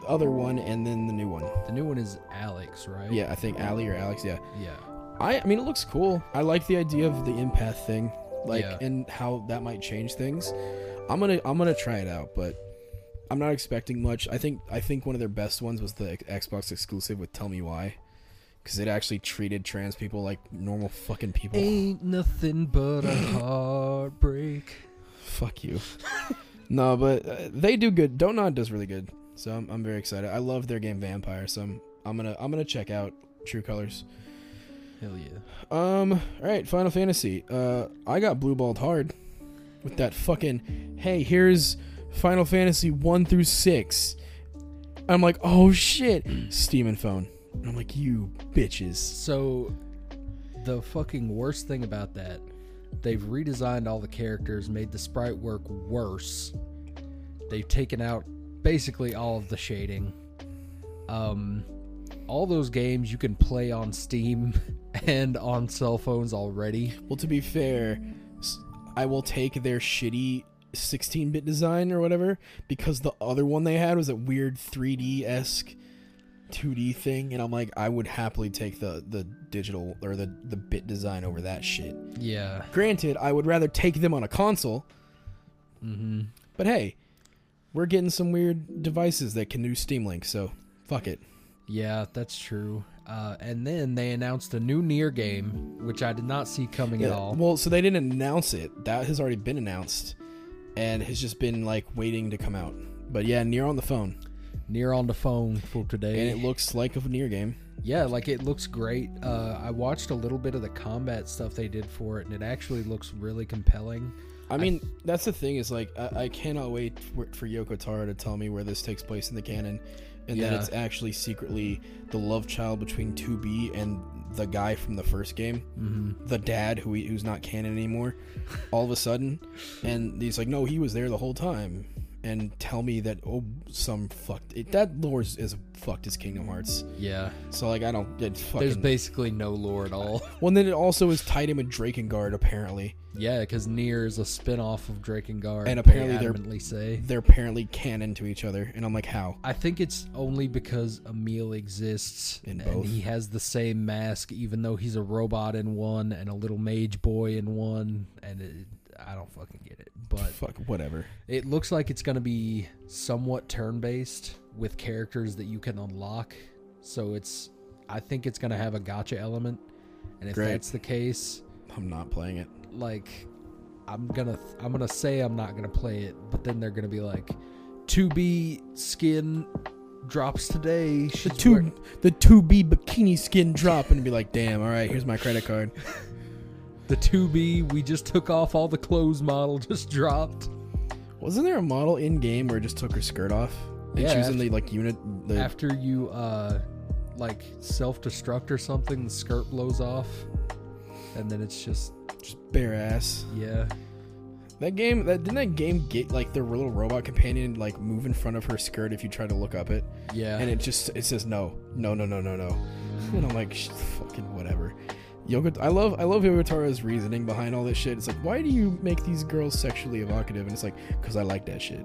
[SPEAKER 2] the other one, and then the new one.
[SPEAKER 1] the new one is Alex, right?
[SPEAKER 2] Yeah, I think Allie or Alex. Yeah,
[SPEAKER 1] yeah,
[SPEAKER 2] I I mean it looks cool. I like the idea of the empath thing, like
[SPEAKER 1] Yeah.
[SPEAKER 2] and how that might change things. I'm gonna I'm gonna try it out, but I'm not expecting much. I think I think one of their best ones was the Xbox exclusive with Tell Me Why, because it actually treated trans people like normal fucking people.
[SPEAKER 1] Ain't nothing but a heartbreak.
[SPEAKER 2] Fuck you. no, but uh, they do good. Donut does really good, so I'm, I'm very excited. I love their game Vampire, so I'm I'm gonna I'm gonna check out True Colors.
[SPEAKER 1] Hell yeah!
[SPEAKER 2] Um, all right, Final Fantasy. Uh, I got blue balled hard with that fucking. Hey, here's Final Fantasy one through six. I'm like, oh shit, Steam and phone. And I'm like, you bitches.
[SPEAKER 1] So, the fucking worst thing about that, they've redesigned all the characters, made the sprite work worse. They've taken out basically all of the shading. Um, all those games you can play on Steam and on cell phones already.
[SPEAKER 2] Well, to be fair, s- I will take their shitty 16-bit design or whatever because the other one they had was a weird 3D esque 2D thing, and I'm like, I would happily take the the digital or the the bit design over that shit.
[SPEAKER 1] Yeah.
[SPEAKER 2] Granted, I would rather take them on a console,
[SPEAKER 1] Mm-hmm.
[SPEAKER 2] but hey, we're getting some weird devices that can do Steam Link, so fuck it.
[SPEAKER 1] Yeah, that's true. Uh, and then they announced a new Near game, which I did not see coming at all.
[SPEAKER 2] Well, so they didn't announce it. That has already been announced, and has just been like waiting to come out. But yeah, near on the phone.
[SPEAKER 1] near on the phone for today.
[SPEAKER 2] and it looks like a near game.
[SPEAKER 1] yeah, like it looks great. Uh, I watched a little bit of the combat stuff they did for it, and it actually looks really compelling.
[SPEAKER 2] I mean, that's the thing is like I, I cannot wait for, for Yoko Taro to tell me where this takes place in the canon, and that
[SPEAKER 1] Yeah.
[SPEAKER 2] it's actually secretly the love child between 2B and the guy from the first game, mm-hmm. the dad who he, who's not canon anymore, all of a sudden, and he's like, no, he was there the whole time, and tell me that oh some fucked it, that lore is as fucked as Kingdom Hearts.
[SPEAKER 1] Yeah,
[SPEAKER 2] So like I don't it
[SPEAKER 1] there's
[SPEAKER 2] fucking
[SPEAKER 1] basically no lore at all.
[SPEAKER 2] well and then it also is tied in with Drakengard apparently.
[SPEAKER 1] Yeah, because Nier is a spin-off of Drakengard,
[SPEAKER 2] And apparently
[SPEAKER 1] they
[SPEAKER 2] they're-
[SPEAKER 1] adamantly say.
[SPEAKER 2] They're apparently canon to each other, and I'm like how.
[SPEAKER 1] I think it's only because Emil exists
[SPEAKER 2] In
[SPEAKER 1] and
[SPEAKER 2] both.
[SPEAKER 1] he has the same mask, even though he's a robot in one and a little mage boy in one. And it, I don't fucking get it, but
[SPEAKER 2] Fuck, whatever.
[SPEAKER 1] it looks like it's going to be somewhat turn-based with characters that you can unlock. So it's, I think it's going to have a gotcha element, and if
[SPEAKER 2] Great.
[SPEAKER 1] that's the case,
[SPEAKER 2] I'm not playing it.
[SPEAKER 1] like I'm gonna I'm gonna say I'm not gonna play it, but then they're gonna be like, "To be skin drops today."
[SPEAKER 2] The
[SPEAKER 1] She's
[SPEAKER 2] two,
[SPEAKER 1] wear-"
[SPEAKER 2] the two B bikini skin drop, and be like, damn, all right, here's my credit card.
[SPEAKER 1] the to be we just took off all the clothes model just dropped
[SPEAKER 2] Wasn't there a model in game where it just took her skirt off? And
[SPEAKER 1] Yeah,
[SPEAKER 2] she was in
[SPEAKER 1] after-
[SPEAKER 2] the like unit. The,
[SPEAKER 1] after you uh like self destruct or something. The skirt blows off, and then it's just
[SPEAKER 2] just bare ass.
[SPEAKER 1] yeah.
[SPEAKER 2] That game, that didn't that game get like their little robot companion like move in front of her skirt if you try to look up it,
[SPEAKER 1] Yeah,
[SPEAKER 2] and it just it says no, no, no, no, no, no, and I'm like, "Sh- fucking whatever. Yoko, I love I love Yokotara's reasoning behind all this shit. It's like, why do you make these girls sexually evocative? And it's like, because I like that shit.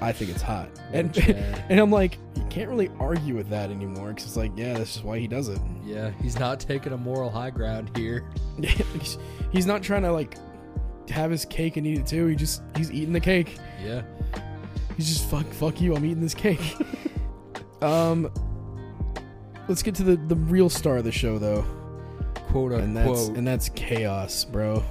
[SPEAKER 2] I think it's hot. And
[SPEAKER 1] Chad.
[SPEAKER 2] and I'm like, you can't really argue with that anymore because it's like, yeah, that's just why he does it.
[SPEAKER 1] yeah. He's not taking a moral high ground here.
[SPEAKER 2] He's- he's not trying to like have his cake and eat it too. He just he's eating the cake.
[SPEAKER 1] Yeah,
[SPEAKER 2] He's just fuck fuck you. I'm eating this cake. um, let's get to the the real star of the show though,
[SPEAKER 1] quote
[SPEAKER 2] and that's
[SPEAKER 1] unquote.
[SPEAKER 2] and that's chaos, bro.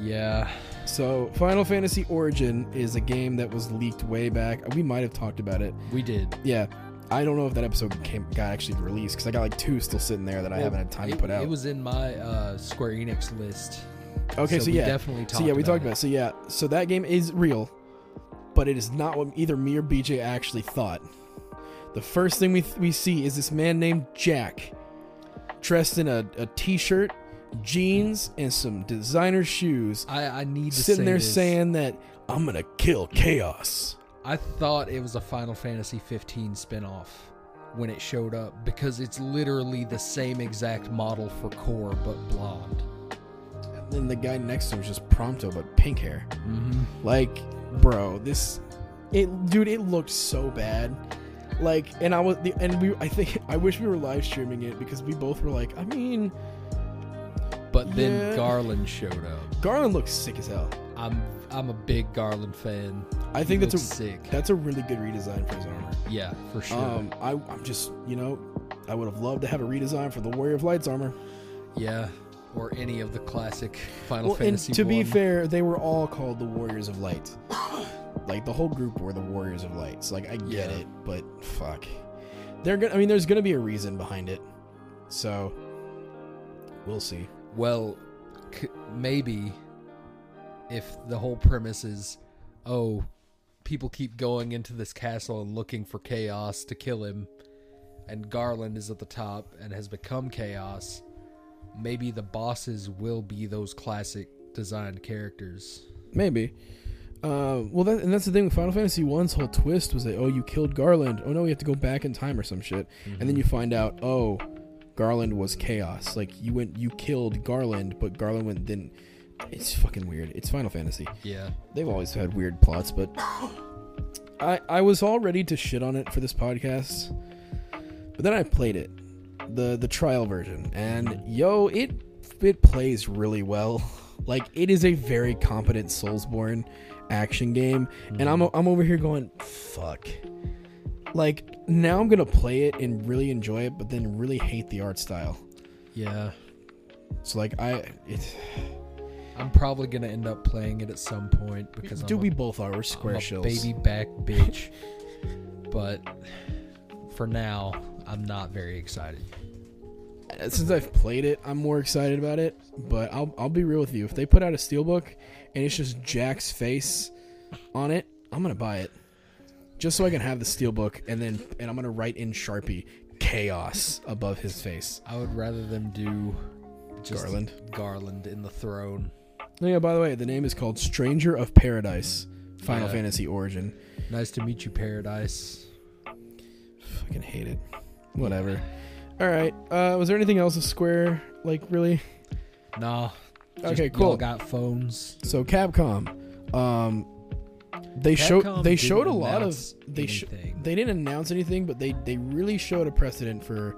[SPEAKER 1] yeah,
[SPEAKER 2] So Final Fantasy Origin is a game that was leaked way back. We might have talked about it.
[SPEAKER 1] we did.
[SPEAKER 2] Yeah. I don't know if that episode came, got actually released because I got like two still sitting there that I haven't had time
[SPEAKER 1] it,
[SPEAKER 2] to put out.
[SPEAKER 1] It was in my uh, Square Enix list.
[SPEAKER 2] okay, so,
[SPEAKER 1] we
[SPEAKER 2] yeah,
[SPEAKER 1] definitely talked.
[SPEAKER 2] so yeah, we talked about
[SPEAKER 1] it.
[SPEAKER 2] it. So yeah, so that game is real, but it is not what either me or BJ actually thought. The first thing we we see is this man named Jack, dressed in a, a t-shirt, jeans, and some designer shoes,
[SPEAKER 1] I, I need to
[SPEAKER 2] sitting
[SPEAKER 1] say
[SPEAKER 2] there
[SPEAKER 1] this.
[SPEAKER 2] saying that I'm gonna kill chaos.
[SPEAKER 1] I thought it was a Final Fantasy 15 spinoff when it showed up because it's literally the same exact model for Core but blonde.
[SPEAKER 2] And then the guy next to him is just Prompto, but pink hair.
[SPEAKER 1] Mm-hmm.
[SPEAKER 2] Like, bro, this, it, dude, it looked so bad. Like, and I was, the, and we, I think, I wish we were live streaming it because we both were like, I mean,
[SPEAKER 1] But then
[SPEAKER 2] Yeah.
[SPEAKER 1] Garland showed up.
[SPEAKER 2] Garland looks sick as hell.
[SPEAKER 1] I'm I'm a big Garland fan.
[SPEAKER 2] I think
[SPEAKER 1] He
[SPEAKER 2] that's a
[SPEAKER 1] looks sick.
[SPEAKER 2] that's a really good redesign for his armor.
[SPEAKER 1] yeah, for sure.
[SPEAKER 2] Um, I, I'm just, you know, I would have loved to have a redesign for the Warrior of Light's armor.
[SPEAKER 1] yeah, or any of the classic Final
[SPEAKER 2] Well, and
[SPEAKER 1] Fantasy.
[SPEAKER 2] to be
[SPEAKER 1] one.
[SPEAKER 2] fair, they were all called the Warriors of Light. like the whole group were the Warriors of Light. So like I get
[SPEAKER 1] Yeah.
[SPEAKER 2] it, but fuck. They're gonna I mean there's gonna be a reason behind it. So we'll see.
[SPEAKER 1] Well, c- maybe if the whole premise is, oh, people keep going into this castle and looking for chaos to kill him, and Garland is at the top and has become chaos, maybe the bosses will be those classic designed characters.
[SPEAKER 2] Maybe. Uh, well, that, and that's the thing with Final Fantasy One's whole twist was that oh you killed Garland oh no we have to go back in time or some shit and
[SPEAKER 1] Mm-hmm.
[SPEAKER 2] then you find out oh Garland was chaos like you went you killed Garland but Garland went then it's fucking weird it's Final Fantasy
[SPEAKER 1] Yeah.
[SPEAKER 2] They've always had weird plots, but I I was all ready to shit on it for this podcast, but then I played it, the the trial version, and yo, it it plays really well. Like it is a very competent Soulsborne action game, and I'm I'm over here going fuck. Like now I'm gonna play it and really enjoy it, but then really hate the art style.
[SPEAKER 1] Yeah.
[SPEAKER 2] So like I, it,
[SPEAKER 1] I'm probably going to end up playing it at some point because
[SPEAKER 2] dude,
[SPEAKER 1] I'm,
[SPEAKER 2] we
[SPEAKER 1] a,
[SPEAKER 2] both are. We're
[SPEAKER 1] I'm
[SPEAKER 2] square
[SPEAKER 1] a
[SPEAKER 2] shills.
[SPEAKER 1] baby back bitch. but for now, I'm not very excited.
[SPEAKER 2] Uh, Since I've played it, I'm more excited about it. But I'll I'll be real with you. If they put out a steelbook and it's just Jack's face on it, I'm gonna buy it. Just so I can have the steelbook and then and I'm gonna write in Sharpie chaos above his face.
[SPEAKER 1] I would rather them do just
[SPEAKER 2] Garland.
[SPEAKER 1] Garland in the throne.
[SPEAKER 2] Oh yeah, by the way, the name is called Stranger of Paradise. Final
[SPEAKER 1] Yeah.
[SPEAKER 2] Fantasy Origin.
[SPEAKER 1] Nice to meet you, Paradise.
[SPEAKER 2] Fucking hate it. Whatever. All right. Uh, was there anything else? A square, like really?
[SPEAKER 1] Nah. just
[SPEAKER 2] Okay,
[SPEAKER 1] y'all
[SPEAKER 2] cool.
[SPEAKER 1] Got phones.
[SPEAKER 2] So Capcom, um, they showed
[SPEAKER 1] Capcom
[SPEAKER 2] they showed a
[SPEAKER 1] didn't
[SPEAKER 2] lot of
[SPEAKER 1] announce
[SPEAKER 2] they sh-
[SPEAKER 1] anything.
[SPEAKER 2] they didn't announce anything, but they they really showed a precedent for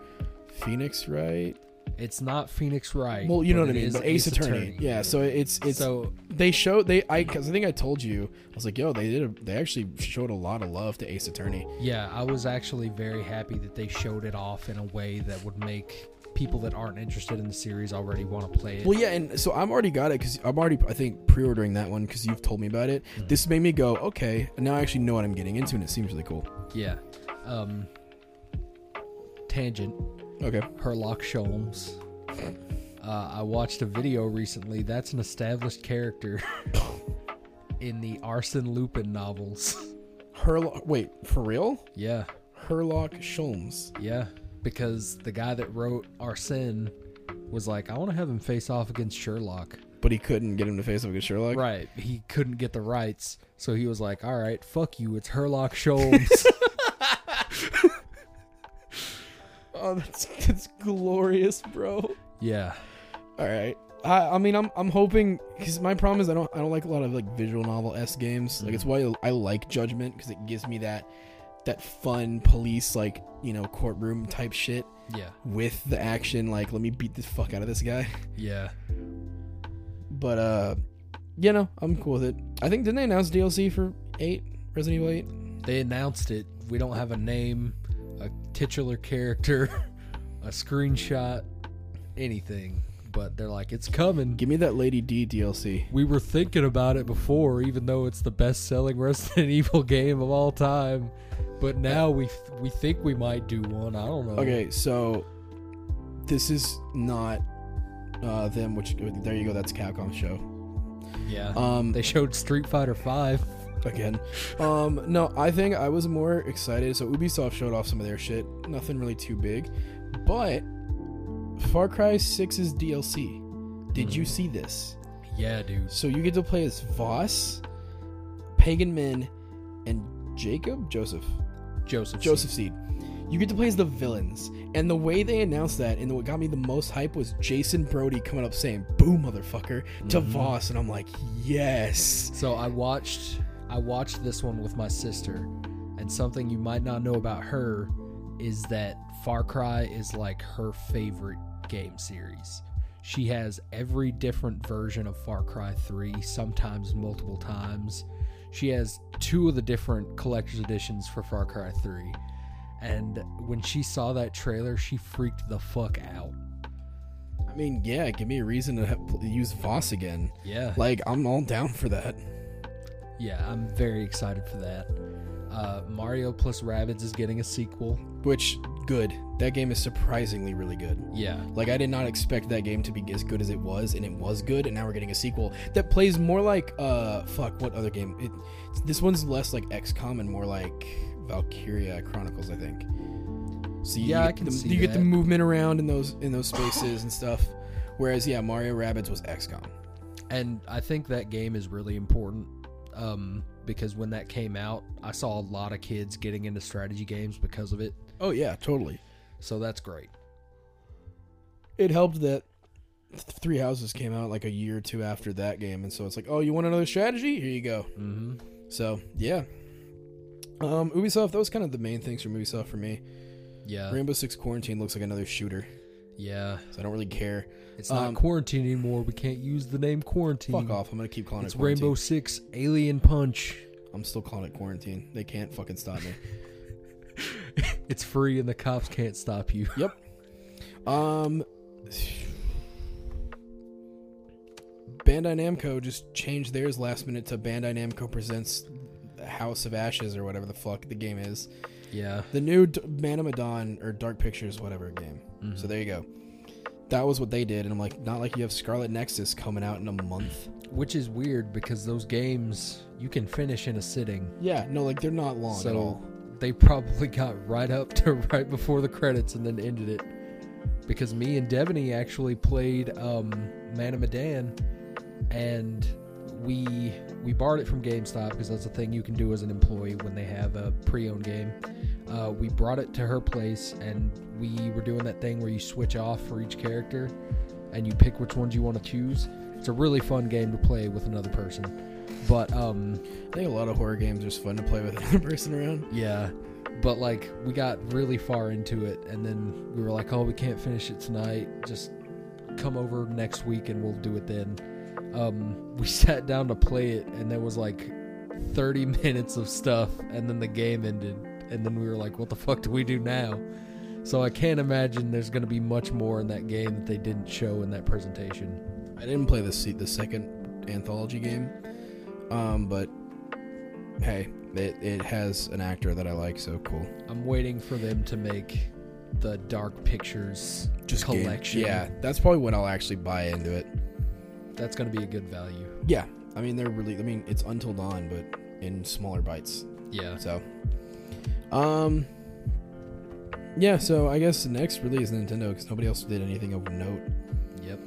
[SPEAKER 2] Phoenix Wright.
[SPEAKER 1] It's not Phoenix Wright.
[SPEAKER 2] Well, you know
[SPEAKER 1] but
[SPEAKER 2] what I
[SPEAKER 1] it
[SPEAKER 2] mean.
[SPEAKER 1] is
[SPEAKER 2] But Ace, Attorney. Yeah. So it's it's
[SPEAKER 1] so
[SPEAKER 2] they show they I because I think I told you I was like yo they did a, they actually showed a lot of love to Ace Attorney.
[SPEAKER 1] yeah, I was actually very happy that they showed it off in a way that would make people that aren't interested in the series already want to play it.
[SPEAKER 2] Well, yeah, and so I'm already got it because I'm already I think pre-ordering that one because you've told me about it.
[SPEAKER 1] Mm-hmm.
[SPEAKER 2] This made me go okay, and now I actually know what I'm getting into, and it seems really cool.
[SPEAKER 1] yeah. Um tangent.
[SPEAKER 2] Okay.
[SPEAKER 1] Herlock Sholmes. Uh, I watched a video recently. That's an established character in the Arsene Lupin novels.
[SPEAKER 2] Herlock. Wait, for real?
[SPEAKER 1] Yeah,
[SPEAKER 2] Herlock Sholmes.
[SPEAKER 1] yeah. Because the guy that wrote Arsene was like, I want to have him face off against Sherlock.
[SPEAKER 2] But he couldn't get him to face up against Sherlock.
[SPEAKER 1] Right. He couldn't get the rights. So he was like, all right, fuck you. It's Herlock Sholmes.
[SPEAKER 2] Oh, that's that's glorious, bro.
[SPEAKER 1] yeah.
[SPEAKER 2] All right. I, I mean I'm I'm hoping because my problem is I don't I don't like a lot of like visual novel s games like it's why I like Judgment because it gives me that that fun police like you know courtroom type shit
[SPEAKER 1] Yeah.
[SPEAKER 2] with the action like let me beat the fuck out of this guy
[SPEAKER 1] Yeah.
[SPEAKER 2] but uh you know I'm cool with it I think didn't they announce DLC for eight Resident Evil eight
[SPEAKER 1] They announced it. We don't have a name, a titular character, a screenshot, anything. But they're like, it's coming.
[SPEAKER 2] give me that Lady D DLC
[SPEAKER 1] We were thinking about it before, even though it's the best-selling Resident Evil game of all time. But now we we think we might do one. I don't know.
[SPEAKER 2] Okay, so this is not uh, them. Which there you go. That's Capcom show.
[SPEAKER 1] Yeah.
[SPEAKER 2] Um,
[SPEAKER 1] they showed Street Fighter Five.
[SPEAKER 2] again. Um, no, I think I was more excited. So Ubisoft showed off some of their shit. Nothing really too big, but Far Cry 6's DLC. Did you see this?
[SPEAKER 1] Yeah, dude.
[SPEAKER 2] So you get to play as Voss, Pagan Min, and Jacob Joseph.
[SPEAKER 1] Joseph.
[SPEAKER 2] Joseph Seed. You get to play as the villains, and the way they announced that, and what got me the most hype was Jason Brody coming up saying "Boo, motherfucker" to Voss, and I'm like, yes.
[SPEAKER 1] So I watched I watched this one with my sister, and something you might not know about her is that Far Cry is like her favorite game series. She has every different version of Far Cry 3, sometimes multiple times. She has two of the different collector's editions for Far Cry 3. And when she saw that trailer, she freaked the fuck out.
[SPEAKER 2] I mean, yeah, give me a reason to have, use Voss again.
[SPEAKER 1] Yeah.
[SPEAKER 2] Like, I'm all down for that.
[SPEAKER 1] Yeah, I'm very excited for that. Uh, Mario plus Rabbids is getting a sequel.
[SPEAKER 2] Which, good. That game is surprisingly really good.
[SPEAKER 1] Yeah.
[SPEAKER 2] Like, I did not expect that game to be as good as it was, and it was good, and now we're getting a sequel that plays more like, uh, fuck, what other game? It, this one's less like XCOM and more like Valkyria Chronicles, I think. So you
[SPEAKER 1] Yeah,
[SPEAKER 2] get
[SPEAKER 1] I can
[SPEAKER 2] the,
[SPEAKER 1] see
[SPEAKER 2] You get the
[SPEAKER 1] that.
[SPEAKER 2] movement around in those in those spaces and stuff. Whereas, yeah, Mario Rabbids was XCOM.
[SPEAKER 1] And I think that game is really important um, because when that came out, I saw a lot of kids getting into strategy games because of it.
[SPEAKER 2] Oh yeah, totally.
[SPEAKER 1] So that's great.
[SPEAKER 2] It helped that Th- Three Houses came out like a year or two after that game, and so it's like, oh, you want another strategy? Here you go.
[SPEAKER 1] hmm
[SPEAKER 2] So yeah. Um, Ubisoft, that was kind of the main things from Ubisoft for me.
[SPEAKER 1] Yeah.
[SPEAKER 2] Rainbow Six Quarantine looks like another shooter,
[SPEAKER 1] Yeah.
[SPEAKER 2] so I don't really care.
[SPEAKER 1] It's not
[SPEAKER 2] Um,
[SPEAKER 1] quarantine anymore. We can't use the name quarantine.
[SPEAKER 2] Fuck off! I'm gonna keep calling
[SPEAKER 1] Mm-hmm. It's
[SPEAKER 2] it quarantine.
[SPEAKER 1] Rainbow Six Alien Punch.
[SPEAKER 2] I'm still calling it quarantine. They can't fucking stop me.
[SPEAKER 1] It's free and the cops can't stop you.
[SPEAKER 2] yep. Um. Bandai Namco just changed theirs last minute to Bandai Namco presents House of Ashes or whatever the fuck the game is.
[SPEAKER 1] Yeah.
[SPEAKER 2] The new D- Man of Medan or Dark Pictures, whatever game.
[SPEAKER 1] Mm-hmm.
[SPEAKER 2] So there you go. That was what they did, and I'm like, not like you have Scarlet Nexus coming out in a month.
[SPEAKER 1] Which is weird because those games you can finish in a sitting.
[SPEAKER 2] Yeah, no, like they're not long at
[SPEAKER 1] So
[SPEAKER 2] all.
[SPEAKER 1] they probably got right up to right before the credits and then ended it. Because me and Devaney actually played um, Man of Medan, and we we borrowed it from GameStop because that's a thing you can do as an employee when they have a pre-owned game. Uh, we brought it to her place, and we were doing that thing where you switch off for each character, and you pick which ones you want to choose. It's a really fun game to play with another person, but um,
[SPEAKER 2] I think a lot of horror games are just fun to play with another person around.
[SPEAKER 1] yeah. But like we got really far into it and then we were like, "Oh, we can't finish it tonight. Just come over next week and we'll do it then." Um, we sat down to play it and there was like 30 minutes of stuff and then the game ended and then we were like, "What the fuck do we do now?" So I can't imagine there's going to be much more in that game that they didn't show in that presentation.
[SPEAKER 2] I didn't play the se- the second anthology game, um, but hey, it, it has an actor that I like, so cool.
[SPEAKER 1] I'm waiting for them to make the Dark Pictures
[SPEAKER 2] game-
[SPEAKER 1] collection.
[SPEAKER 2] Yeah, that's probably when I'll actually buy into it.
[SPEAKER 1] That's going to be a good value.
[SPEAKER 2] Yeah, I mean they're really. I mean it's Until Dawn, but in smaller bites.
[SPEAKER 1] Yeah.
[SPEAKER 2] So, um, yeah. So I guess the next really is Nintendo because nobody else did anything of note.
[SPEAKER 1] Yep.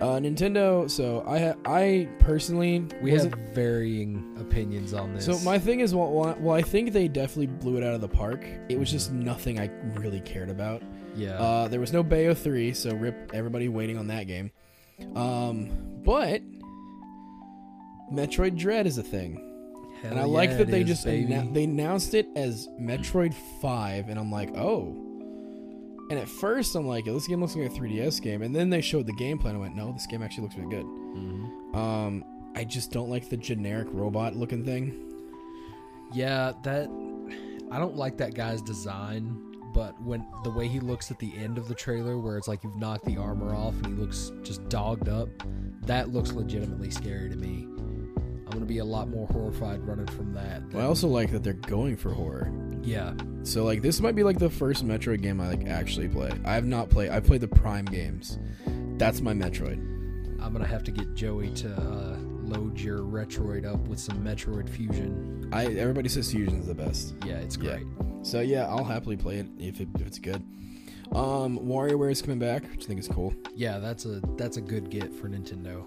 [SPEAKER 2] Uh, Nintendo. So I ha- I personally
[SPEAKER 1] We
[SPEAKER 2] wasn't-
[SPEAKER 1] have varying opinions on this.
[SPEAKER 2] So my thing is, well, well, well, I think they definitely blew it out of the park. It was just nothing I really cared about.
[SPEAKER 1] yeah,
[SPEAKER 2] Uh, there was no Bayo three, so rip everybody waiting on that game. Um, but Metroid Dread is a thing.
[SPEAKER 1] Hell
[SPEAKER 2] and I
[SPEAKER 1] yeah,
[SPEAKER 2] like that
[SPEAKER 1] it
[SPEAKER 2] they
[SPEAKER 1] is,
[SPEAKER 2] just
[SPEAKER 1] baby.
[SPEAKER 2] annou- they announced it as Metroid Five, and I'm like, oh. And at first, I'm like, this game looks like a 3DS game, and then they showed the gameplay, and I went, no, this game actually looks really good.
[SPEAKER 1] Mm-hmm.
[SPEAKER 2] Um, I just don't like the generic robot looking thing.
[SPEAKER 1] yeah, that I don't like that guy's design, but when the way he looks at the end of the trailer, where it's like you've knocked the armor off and he looks just dogged up, that looks legitimately scary to me. I'm gonna be a lot more horrified running from that. than-
[SPEAKER 2] I also like that they're going for horror.
[SPEAKER 1] yeah,
[SPEAKER 2] So like this might be like the first Metroid game I like actually played. I have not played. I played the Prime games. That's my Metroid.
[SPEAKER 1] I'm gonna have to get Joey to uh, load your Retroid up with some Metroid Fusion.
[SPEAKER 2] I everybody says Fusion's the best.
[SPEAKER 1] Yeah, it's
[SPEAKER 2] Yeah.
[SPEAKER 1] great.
[SPEAKER 2] So yeah, I'll happily play it if, it if it's good. Um, WarioWare is coming back, which I think is cool.
[SPEAKER 1] yeah, that's a that's a good get for Nintendo.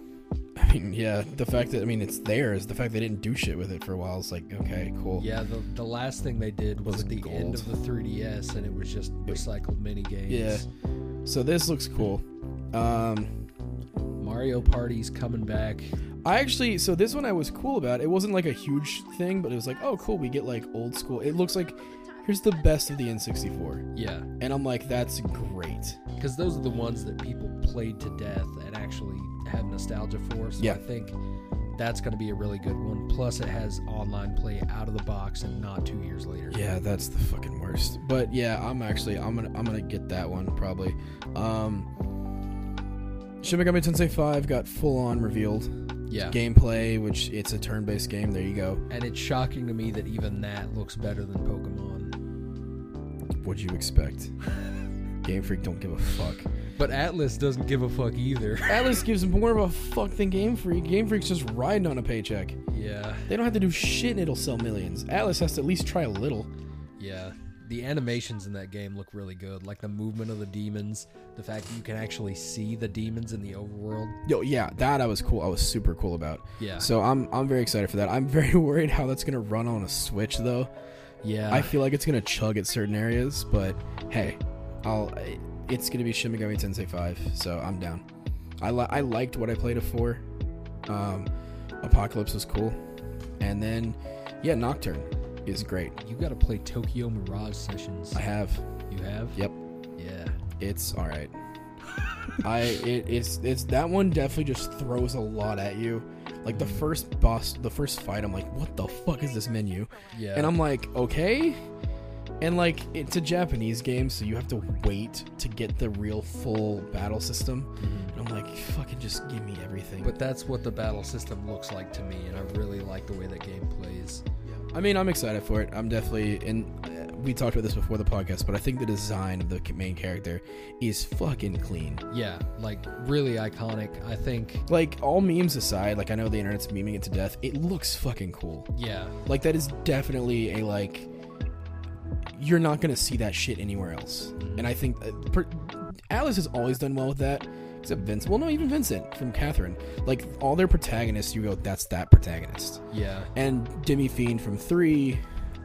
[SPEAKER 2] I mean, yeah, the fact that I mean it's there is the fact they didn't do shit with it for a while. It's like okay, cool.
[SPEAKER 1] Yeah, the, the last thing they did was,
[SPEAKER 2] Was
[SPEAKER 1] at the end
[SPEAKER 2] gold.
[SPEAKER 1] of the 3DS, and it was just recycled mini games.
[SPEAKER 2] Yeah. So this looks cool. Um,
[SPEAKER 1] Mario Party's coming back.
[SPEAKER 2] I actually, so this one I was cool about. It wasn't like a huge thing, but it was like, oh, cool, we get like old school. It looks like here's the best of the N64.
[SPEAKER 1] Yeah,
[SPEAKER 2] And I'm like, that's great.
[SPEAKER 1] because those are the ones that people played to death and actually have nostalgia for. So
[SPEAKER 2] Yeah.
[SPEAKER 1] I think that's going to be a really good one. Plus, it has online play out of the box and not two years later.
[SPEAKER 2] Yeah, that's the fucking worst. But yeah, I'm actually, I'm gonna, I'm gonna get that one probably. Um, Shin Megami Tensei 5 got full on revealed
[SPEAKER 1] Yeah.
[SPEAKER 2] gameplay, which it's a turn-based game. There you go.
[SPEAKER 1] And it's shocking to me that even that looks better than Pokemon.
[SPEAKER 2] What'd you expect? Game Freak don't give a fuck.
[SPEAKER 1] But Atlas doesn't give a fuck either.
[SPEAKER 2] Atlas gives more of a fuck than Game Freak. Game Freak's just riding on a paycheck.
[SPEAKER 1] yeah.
[SPEAKER 2] They don't have to do shit and it'll sell millions. Atlas has to at least try a little.
[SPEAKER 1] Yeah. The animations in that game look really good. Like the movement of the demons, the fact that you can actually see the demons in the overworld.
[SPEAKER 2] Yo, yeah, that I was cool. I was super cool about.
[SPEAKER 1] Yeah.
[SPEAKER 2] So I'm I'm very excited for that. I'm very worried how that's gonna run on a Switch though.
[SPEAKER 1] Yeah.
[SPEAKER 2] I feel like it's gonna chug at certain areas, but hey, I'll. I- It's gonna be Shin Megami Tensei 5, so I'm down. I li- I liked what I played it for. Um, Apocalypse was cool, and then yeah, Nocturne is great.
[SPEAKER 1] you got to play Tokyo Mirage Sessions.
[SPEAKER 2] I have.
[SPEAKER 1] You have?
[SPEAKER 2] Yep.
[SPEAKER 1] Yeah.
[SPEAKER 2] it's all right. I it, it's it's that one definitely just throws a lot at you. Like the first boss, the first fight, I'm like, what the fuck is this menu?
[SPEAKER 1] Yeah.
[SPEAKER 2] And I'm like, okay. And like it's a Japanese game, so you have to wait to get the real full battle system. And I'm like, fucking just give me everything.
[SPEAKER 1] Mm-hmm. But that's what the battle system looks like to me, and I really like the way that game plays.
[SPEAKER 2] I mean, I'm excited for it. I'm definitely in. we talked about this before the podcast, but I think the design of the ca- main character is fucking clean.
[SPEAKER 1] Yeah, like really iconic. I think.
[SPEAKER 2] Like all memes aside, like I know the internet's memeing it to death. It looks fucking cool.
[SPEAKER 1] Yeah,
[SPEAKER 2] Like that is definitely a like you're not gonna see that shit anywhere else.
[SPEAKER 1] Mm-hmm.
[SPEAKER 2] And I think uh, per, Alice has always done well with that, except Vince. Well, no, even Vincent from Catherine. Like all their protagonists, you go, that's that protagonist.
[SPEAKER 1] yeah.
[SPEAKER 2] And Demi Fiend from Three.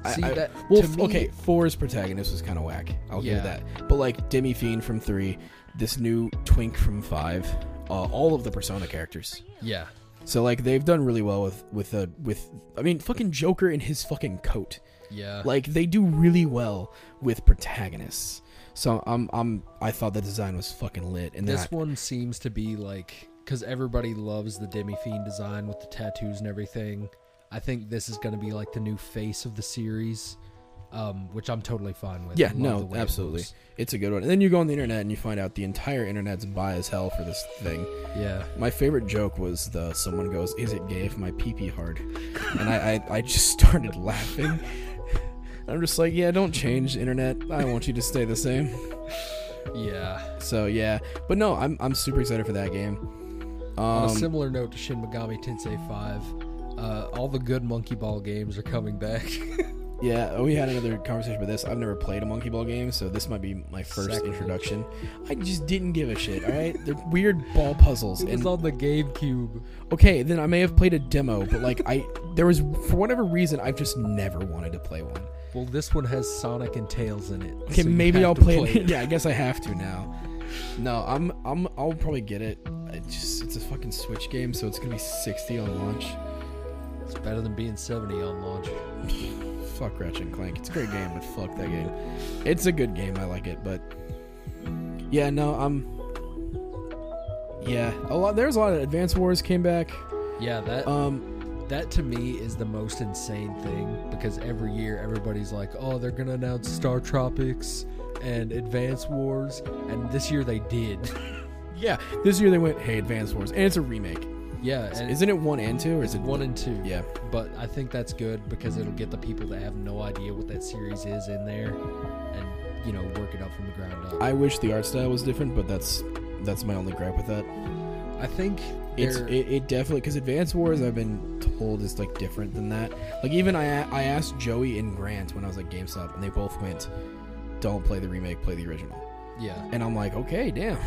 [SPEAKER 2] I-
[SPEAKER 1] See,
[SPEAKER 2] I-
[SPEAKER 1] that-
[SPEAKER 2] well,
[SPEAKER 1] to
[SPEAKER 2] f-
[SPEAKER 1] me-
[SPEAKER 2] okay, four's protagonist was kind of whack. I'll give you
[SPEAKER 1] Yeah.
[SPEAKER 2] that. But like Demi Fiend from Three, this new Twink from Five, uh, all of the Persona characters.
[SPEAKER 1] Yeah.
[SPEAKER 2] So like they've done really well with with uh, with I mean fucking Joker in his fucking coat.
[SPEAKER 1] Yeah.
[SPEAKER 2] Like they do really well with protagonists. So I'm I'm I thought the design was fucking lit and
[SPEAKER 1] this
[SPEAKER 2] that
[SPEAKER 1] one seems to be like because everybody loves the Demi Fiend design with the tattoos and everything. I think this is going to be like the new face of the series, um, which I'm totally fine with. I
[SPEAKER 2] yeah
[SPEAKER 1] love the
[SPEAKER 2] no
[SPEAKER 1] way it
[SPEAKER 2] absolutely
[SPEAKER 1] looks.
[SPEAKER 2] it's a good one. And then you go on the internet and you find out the entire internet's buy as hell for this thing.
[SPEAKER 1] Yeah.
[SPEAKER 2] My favorite joke was the someone goes, "Is it gay if my pee pee hard?" and I, I I just started laughing. I'm just like, yeah, don't change internet. I want you to stay the same.
[SPEAKER 1] Yeah.
[SPEAKER 2] So yeah, but no, I'm I'm super excited for that game.
[SPEAKER 1] On a
[SPEAKER 2] Um,
[SPEAKER 1] similar note to Shin Megami Tensei 5, uh, all the good Monkey Ball games are coming back.
[SPEAKER 2] yeah, oh, we had another conversation about this. I've never played a monkey ball game, so this might be my first
[SPEAKER 1] Sacrilege.
[SPEAKER 2] introduction. I just didn't give a shit. All right, they're weird ball puzzles.
[SPEAKER 1] it's
[SPEAKER 2] And
[SPEAKER 1] on the GameCube.
[SPEAKER 2] okay, then I may have played a demo, but like I there was for whatever reason I've just never wanted to play one.
[SPEAKER 1] Well, this one has Sonic and Tails in it.
[SPEAKER 2] Okay,
[SPEAKER 1] so you
[SPEAKER 2] maybe
[SPEAKER 1] have
[SPEAKER 2] I'll
[SPEAKER 1] to
[SPEAKER 2] play, it. yeah, I guess I have to now. No, I'm I'm I'll probably get it. It just it's a fucking Switch game, so it's gonna be sixty on launch.
[SPEAKER 1] It's better than being 70 on launch.
[SPEAKER 2] Fuck Ratchet and Clank. It's a great game, but fuck that game. It's a good game. I like it, but yeah, no, I'm. Yeah, a lot. There's a lot of Advance Wars came back.
[SPEAKER 1] Yeah, that
[SPEAKER 2] Um,
[SPEAKER 1] That to me is the most insane thing because every year everybody's like, oh, they're going to announce Star Tropics and Advance Wars. And this year they did.
[SPEAKER 2] yeah, this year they went, hey, Advance Wars, and it's a remake.
[SPEAKER 1] yeah. And
[SPEAKER 2] Isn't it one and two, or is it
[SPEAKER 1] one and two.
[SPEAKER 2] Yeah.
[SPEAKER 1] But I think that's good because it'll get the people that have no idea what that series is in there and, you know, work it up from the ground up.
[SPEAKER 2] I wish the art style was different, but that's that's my only gripe with that.
[SPEAKER 1] I, think
[SPEAKER 2] It's
[SPEAKER 1] they're-
[SPEAKER 2] it, it definitely because Advance Wars I've been told is like different than that. Like even I a- I asked Joey and Grant when I was at GameStop and they both went, "Don't play the remake, play the original."
[SPEAKER 1] yeah.
[SPEAKER 2] And I'm like, okay, damn.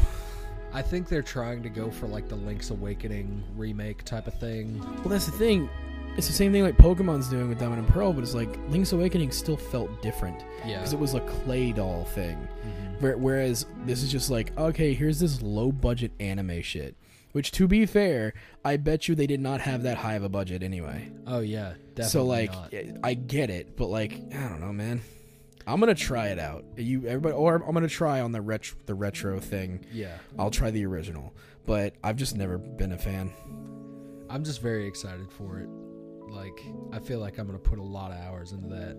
[SPEAKER 1] I think they're trying to go for like the Link's Awakening remake type of thing.
[SPEAKER 2] Well, that's the thing. It's the same thing like Pokemon's doing with Diamond and Pearl, but it's like Link's Awakening still felt different
[SPEAKER 1] Yeah.
[SPEAKER 2] because it was a clay doll thing.
[SPEAKER 1] Mhm.
[SPEAKER 2] Where- Whereas this is just like, okay, here's this low budget anime shit. Which, to be fair, I bet you they did not have that high of a budget anyway.
[SPEAKER 1] Oh, yeah. Definitely.
[SPEAKER 2] so like
[SPEAKER 1] not.
[SPEAKER 2] i get it but like i don't know man i'm gonna try it out you everybody or i'm gonna try on the retro the retro thing
[SPEAKER 1] yeah.
[SPEAKER 2] i'll try the original but i've just never been a fan
[SPEAKER 1] I'm just very excited for it. Like, I feel like I'm gonna put a lot of hours into that.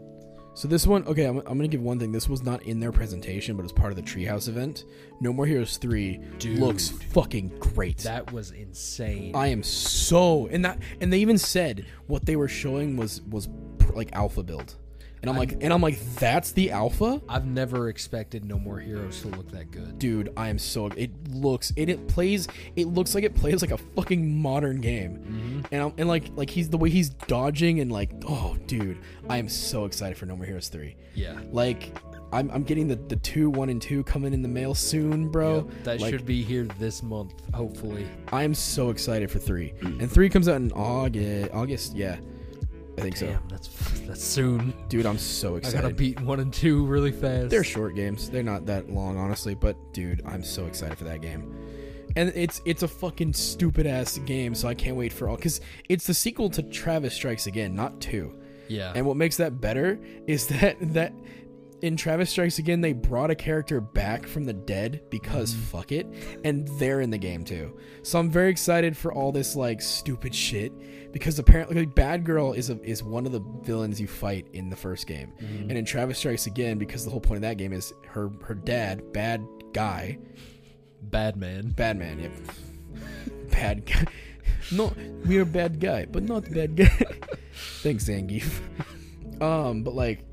[SPEAKER 2] so this one okay i'm, I'm gonna give one thing this was not in their presentation but it's part of the treehouse event no more heroes 3
[SPEAKER 1] Dude.
[SPEAKER 2] looks fucking great
[SPEAKER 1] That was insane.
[SPEAKER 2] i am so and that and they even said what they were showing was was pr- like alpha build and i'm like and i'm like that's the alpha
[SPEAKER 1] I've never expected No More Heroes to look that good.
[SPEAKER 2] dude i am so it looks it, it plays it looks like it plays like a fucking modern game
[SPEAKER 1] Mm-hmm.
[SPEAKER 2] and I'm, and like like he's the way he's dodging and like oh dude i am so excited for no more heroes 3
[SPEAKER 1] Yeah.
[SPEAKER 2] like i'm, I'm getting the the two one and two coming in the mail soon bro
[SPEAKER 1] That
[SPEAKER 2] like,
[SPEAKER 1] should be here this month, hopefully.
[SPEAKER 2] i am so excited for three and three comes out in august august yeah i think so
[SPEAKER 1] Damn, that's that's soon.
[SPEAKER 2] dude i'm so
[SPEAKER 1] I gotta
[SPEAKER 2] excited
[SPEAKER 1] beat one and two really fast.
[SPEAKER 2] They're short games. They're not that long, honestly. But dude, I'm so excited for that game. And it's it's a fucking stupid ass game, so I can't wait for all because it's the sequel to Travis Strikes Again, not two.
[SPEAKER 1] yeah.
[SPEAKER 2] And what makes that better is that that in Travis Strikes Again they brought a character back from the dead because fuck it, and they're in the game too. So I'm very excited for all this like stupid shit because apparently like, Bad Girl is a, is one of the villains you fight in the first game, and in Travis Strikes Again because the whole point of that game is her her dad bad guy
[SPEAKER 1] Bad man.
[SPEAKER 2] bad man yep bad guy. No, we are bad guy, but not bad guy. Thanks, Zangief. Um, but like,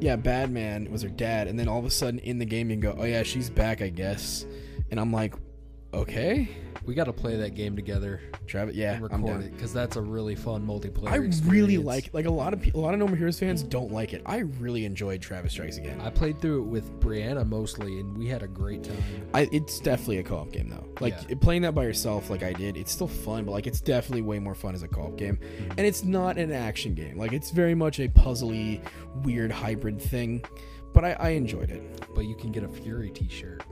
[SPEAKER 2] yeah, Badman was her dad, and then all of a sudden in the game you can go, oh yeah, she's back, I guess, and I'm like, okay,
[SPEAKER 1] We got to play that game together
[SPEAKER 2] Travis, yeah,
[SPEAKER 1] and
[SPEAKER 2] I'm
[SPEAKER 1] record
[SPEAKER 2] down.
[SPEAKER 1] it because that's a really fun multiplayer.
[SPEAKER 2] I really
[SPEAKER 1] experience.
[SPEAKER 2] like like a lot of pe- a lot of No More Heroes fans don't like it. I really enjoyed Travis Strikes Again.
[SPEAKER 1] I played through it with Brianna mostly, and we had a great time.
[SPEAKER 2] I, it's definitely a co-op game though. Like
[SPEAKER 1] Yeah.
[SPEAKER 2] playing that by yourself, like I did, it's still fun, but like it's definitely way more fun as a co-op game. And it's not an action game. Like it's very much a puzzly, weird hybrid thing. But I, I enjoyed it.
[SPEAKER 1] But you can get a Fury T-shirt.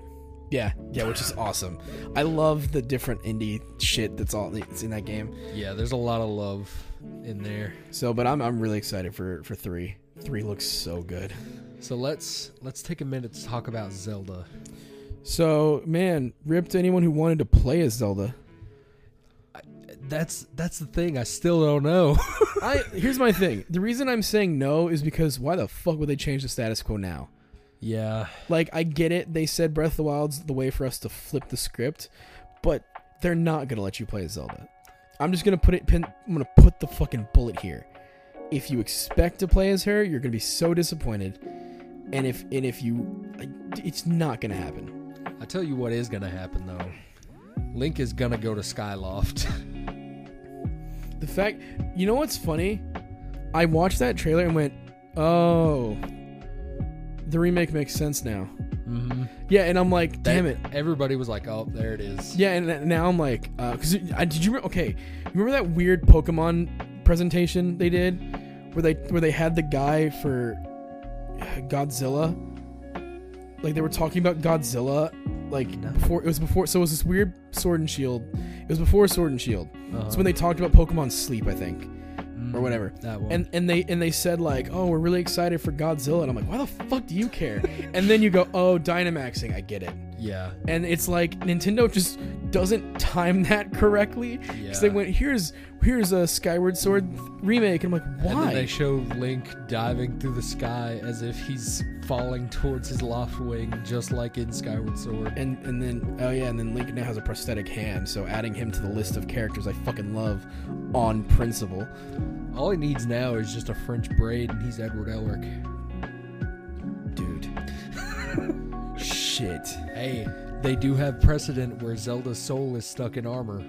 [SPEAKER 2] Yeah, yeah, which is awesome. I love the different indie shit that's all that's in that game.
[SPEAKER 1] Yeah, there's a lot of love in there.
[SPEAKER 2] So, but I'm I'm really excited for for three. Three looks so good.
[SPEAKER 1] So let's let's take a minute to talk about Zelda.
[SPEAKER 2] So, man, rip to anyone who wanted to play as Zelda.
[SPEAKER 1] That's that's the thing. I still don't know.
[SPEAKER 2] I here's my thing. The reason I'm saying no is because why the fuck would they change the status quo now?
[SPEAKER 1] yeah,
[SPEAKER 2] Like I get it. They said Breath of the Wild's the way for us to flip the script, but they're not gonna let you play as Zelda. I'm just gonna put it. Pin, I'm gonna put the fucking bullet here. If you expect to play as her, you're gonna be so disappointed. And if and if you, it's not gonna happen.
[SPEAKER 1] I tell you what is gonna happen though. Link is gonna go to Skyloft.
[SPEAKER 2] The fact, you know what's funny? I watched that trailer and went, oh, the remake makes sense now.
[SPEAKER 1] mm-hmm.
[SPEAKER 2] Yeah, and I'm like, damn it.
[SPEAKER 1] Everybody was like, "Oh, there it is."
[SPEAKER 2] Yeah, and th- now I'm like, because I did you re- okay? You remember that weird Pokemon presentation they did, where they where they had the guy for Godzilla, like they were talking about Godzilla, like
[SPEAKER 1] No.
[SPEAKER 2] before it was before. So it was this weird Sword and Shield. It was before Sword and Shield.
[SPEAKER 1] Uh-huh.
[SPEAKER 2] It's when they talked about Pokemon Sleep, I think,
[SPEAKER 1] Mm,
[SPEAKER 2] or whatever.
[SPEAKER 1] That one.
[SPEAKER 2] And and they and they said like, oh, we're really excited for Godzilla, and I'm like, why the fuck do you care? and then you go, oh, Dynamaxing, I get it
[SPEAKER 1] yeah.
[SPEAKER 2] and it's like Nintendo just doesn't time that correctly because they
[SPEAKER 1] Yeah.
[SPEAKER 2] went here's here's a Skyward Sword remake and I'm like
[SPEAKER 1] And then they
[SPEAKER 2] why
[SPEAKER 1] show Link diving through the sky as if he's falling towards his loft wing, just like in Skyward Sword.
[SPEAKER 2] and and then oh yeah and then Link now has a prosthetic hand so adding him to the list of characters I fucking love on principle
[SPEAKER 1] All he needs now is just a French braid, and he's Edward Elric.
[SPEAKER 2] dude shit
[SPEAKER 1] Hey, they do have precedent where Zelda's soul is stuck in armor.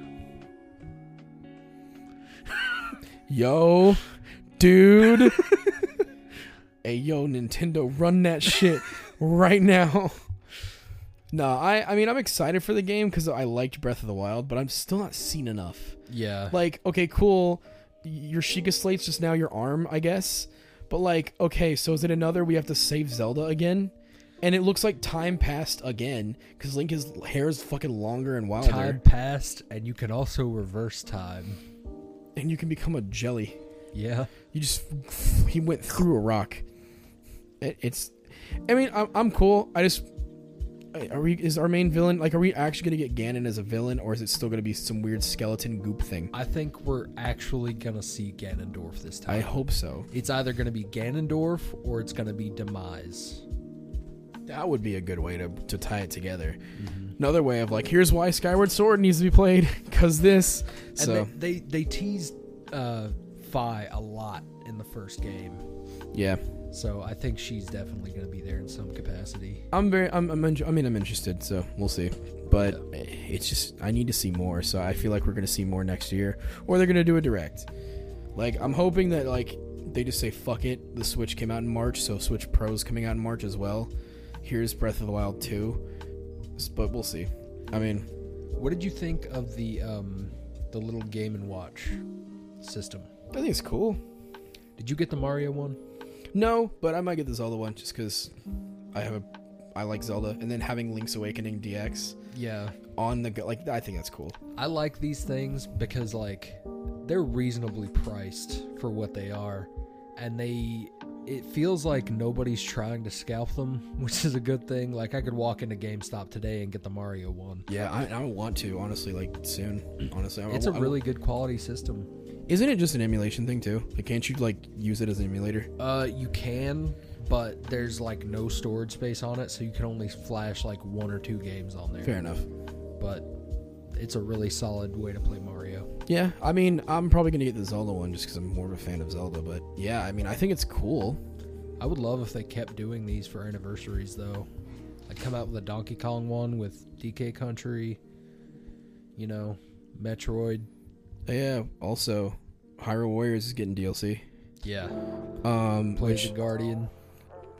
[SPEAKER 2] yo dude hey yo Nintendo run that shit right now no I I mean I'm excited for the game because I liked Breath of the Wild but I'm still not seen enough
[SPEAKER 1] Yeah.
[SPEAKER 2] like okay cool your Sheikah slate's just now your arm i guess but like okay so is it another we have to save zelda again and it looks like time passed again because link his hair is fucking longer and wilder
[SPEAKER 1] time passed, and you can also reverse time.
[SPEAKER 2] and you can become a jelly
[SPEAKER 1] Yeah.
[SPEAKER 2] you just he went through a rock it, it's i mean I'm, I'm cool i just are we is our main villain like are we actually gonna get ganon as a villain or is it still gonna be some weird skeleton goop thing
[SPEAKER 1] I think we're actually gonna see Ganondorf this
[SPEAKER 2] i
[SPEAKER 1] time.
[SPEAKER 2] hope so
[SPEAKER 1] it's either gonna be Ganondorf or it's gonna be Demise.
[SPEAKER 2] That would be a good way to, to tie it together. Another way of like, here's why Skyward Sword needs to be played because this.
[SPEAKER 1] And
[SPEAKER 2] So
[SPEAKER 1] they, they they teased uh, Fi a lot in the first game,
[SPEAKER 2] yeah,
[SPEAKER 1] so I think she's definitely going to be there in some capacity.
[SPEAKER 2] I'm very. I'm. I'm enjo- I mean, I'm interested. So we'll see. But it's just I need to see more. So I feel like we're gonna see more next year, or they're gonna do a direct. Like I'm hoping that like they just say fuck it. The Switch came out in March, so Switch Pro's coming out in March as well. Here's Breath of the Wild 2, S- but we'll see. I mean,
[SPEAKER 1] What did you think of the um, the little game and watch system?
[SPEAKER 2] I think it's cool.
[SPEAKER 1] Did you get the Mario one?
[SPEAKER 2] No, but I might get the Zelda one just because I have a I like Zelda, and then having Link's Awakening DX
[SPEAKER 1] Yeah,
[SPEAKER 2] on the go, like I think that's cool.
[SPEAKER 1] I like these things because like they're reasonably priced for what they are, and they it feels like nobody's trying to scalp them, which is a good thing. Like I could walk into GameStop today and get the Mario one.
[SPEAKER 2] Yeah, I, I want to honestly like soon. Honestly, I-
[SPEAKER 1] Mm. It's a
[SPEAKER 2] I-
[SPEAKER 1] really good quality system.
[SPEAKER 2] isn't it just an emulation thing too? Like, can't you like use it as an emulator?
[SPEAKER 1] Uh, you can, but there's like no storage space on it, so you can only flash like one or two games on there.
[SPEAKER 2] Fair enough.
[SPEAKER 1] But it's a really solid way to play Mario.
[SPEAKER 2] Yeah, I mean, I'm probably gonna get the Zelda one just because I'm more of a fan of Zelda. But yeah, I mean, I think it's cool.
[SPEAKER 1] I would love if they kept doing these for anniversaries, though. Like come out with a Donkey Kong one with DK Country, you know, Metroid.
[SPEAKER 2] Yeah. Also, Hyrule Warriors is getting DLC.
[SPEAKER 1] Yeah.
[SPEAKER 2] Um,
[SPEAKER 1] Play
[SPEAKER 2] which
[SPEAKER 1] the Guardian.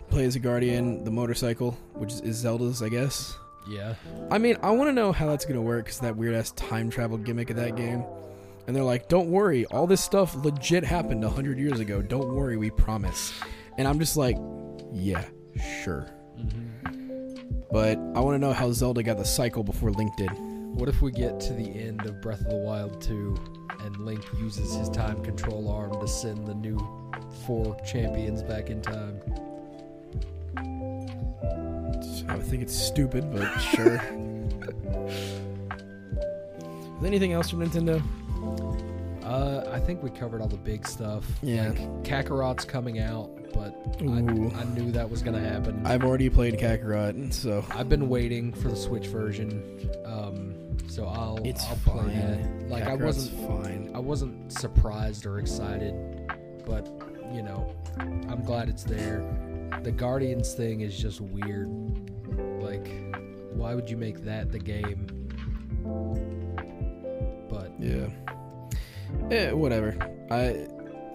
[SPEAKER 2] play as a guardian, the motorcycle, which is, is Zelda's, I guess.
[SPEAKER 1] Yeah.
[SPEAKER 2] I mean, I want to know how that's gonna work because that weird ass time travel gimmick of that game. And they're like, "Don't worry, all this stuff legit happened hundred years ago. Don't worry, we promise." And I'm just like, "Yeah, sure."
[SPEAKER 1] Mm-hmm.
[SPEAKER 2] But I want to know how Zelda got the cycle before Link did.
[SPEAKER 1] What if we get to the end of Breath of the Wild 2 and Link uses his time control arm to send the new four champions back in time?
[SPEAKER 2] I would think it's stupid, but sure. Is anything else from Nintendo?
[SPEAKER 1] Uh, I think we covered all the big stuff.
[SPEAKER 2] Yeah.
[SPEAKER 1] Like Kakarot's coming out, but
[SPEAKER 2] Ooh.
[SPEAKER 1] I, I knew that was going to happen.
[SPEAKER 2] I've already played Kakarot, so
[SPEAKER 1] I've been waiting for the Switch version, um, so I'll
[SPEAKER 2] it's
[SPEAKER 1] I'll
[SPEAKER 2] fine.
[SPEAKER 1] play that. Like I
[SPEAKER 2] Kakarot's
[SPEAKER 1] wasn't
[SPEAKER 2] fine.
[SPEAKER 1] I wasn't surprised or excited, but you know, I'm glad it's there. The Guardians thing is just weird. Like, why would you make that the game? But
[SPEAKER 2] Yeah. Eh, whatever. I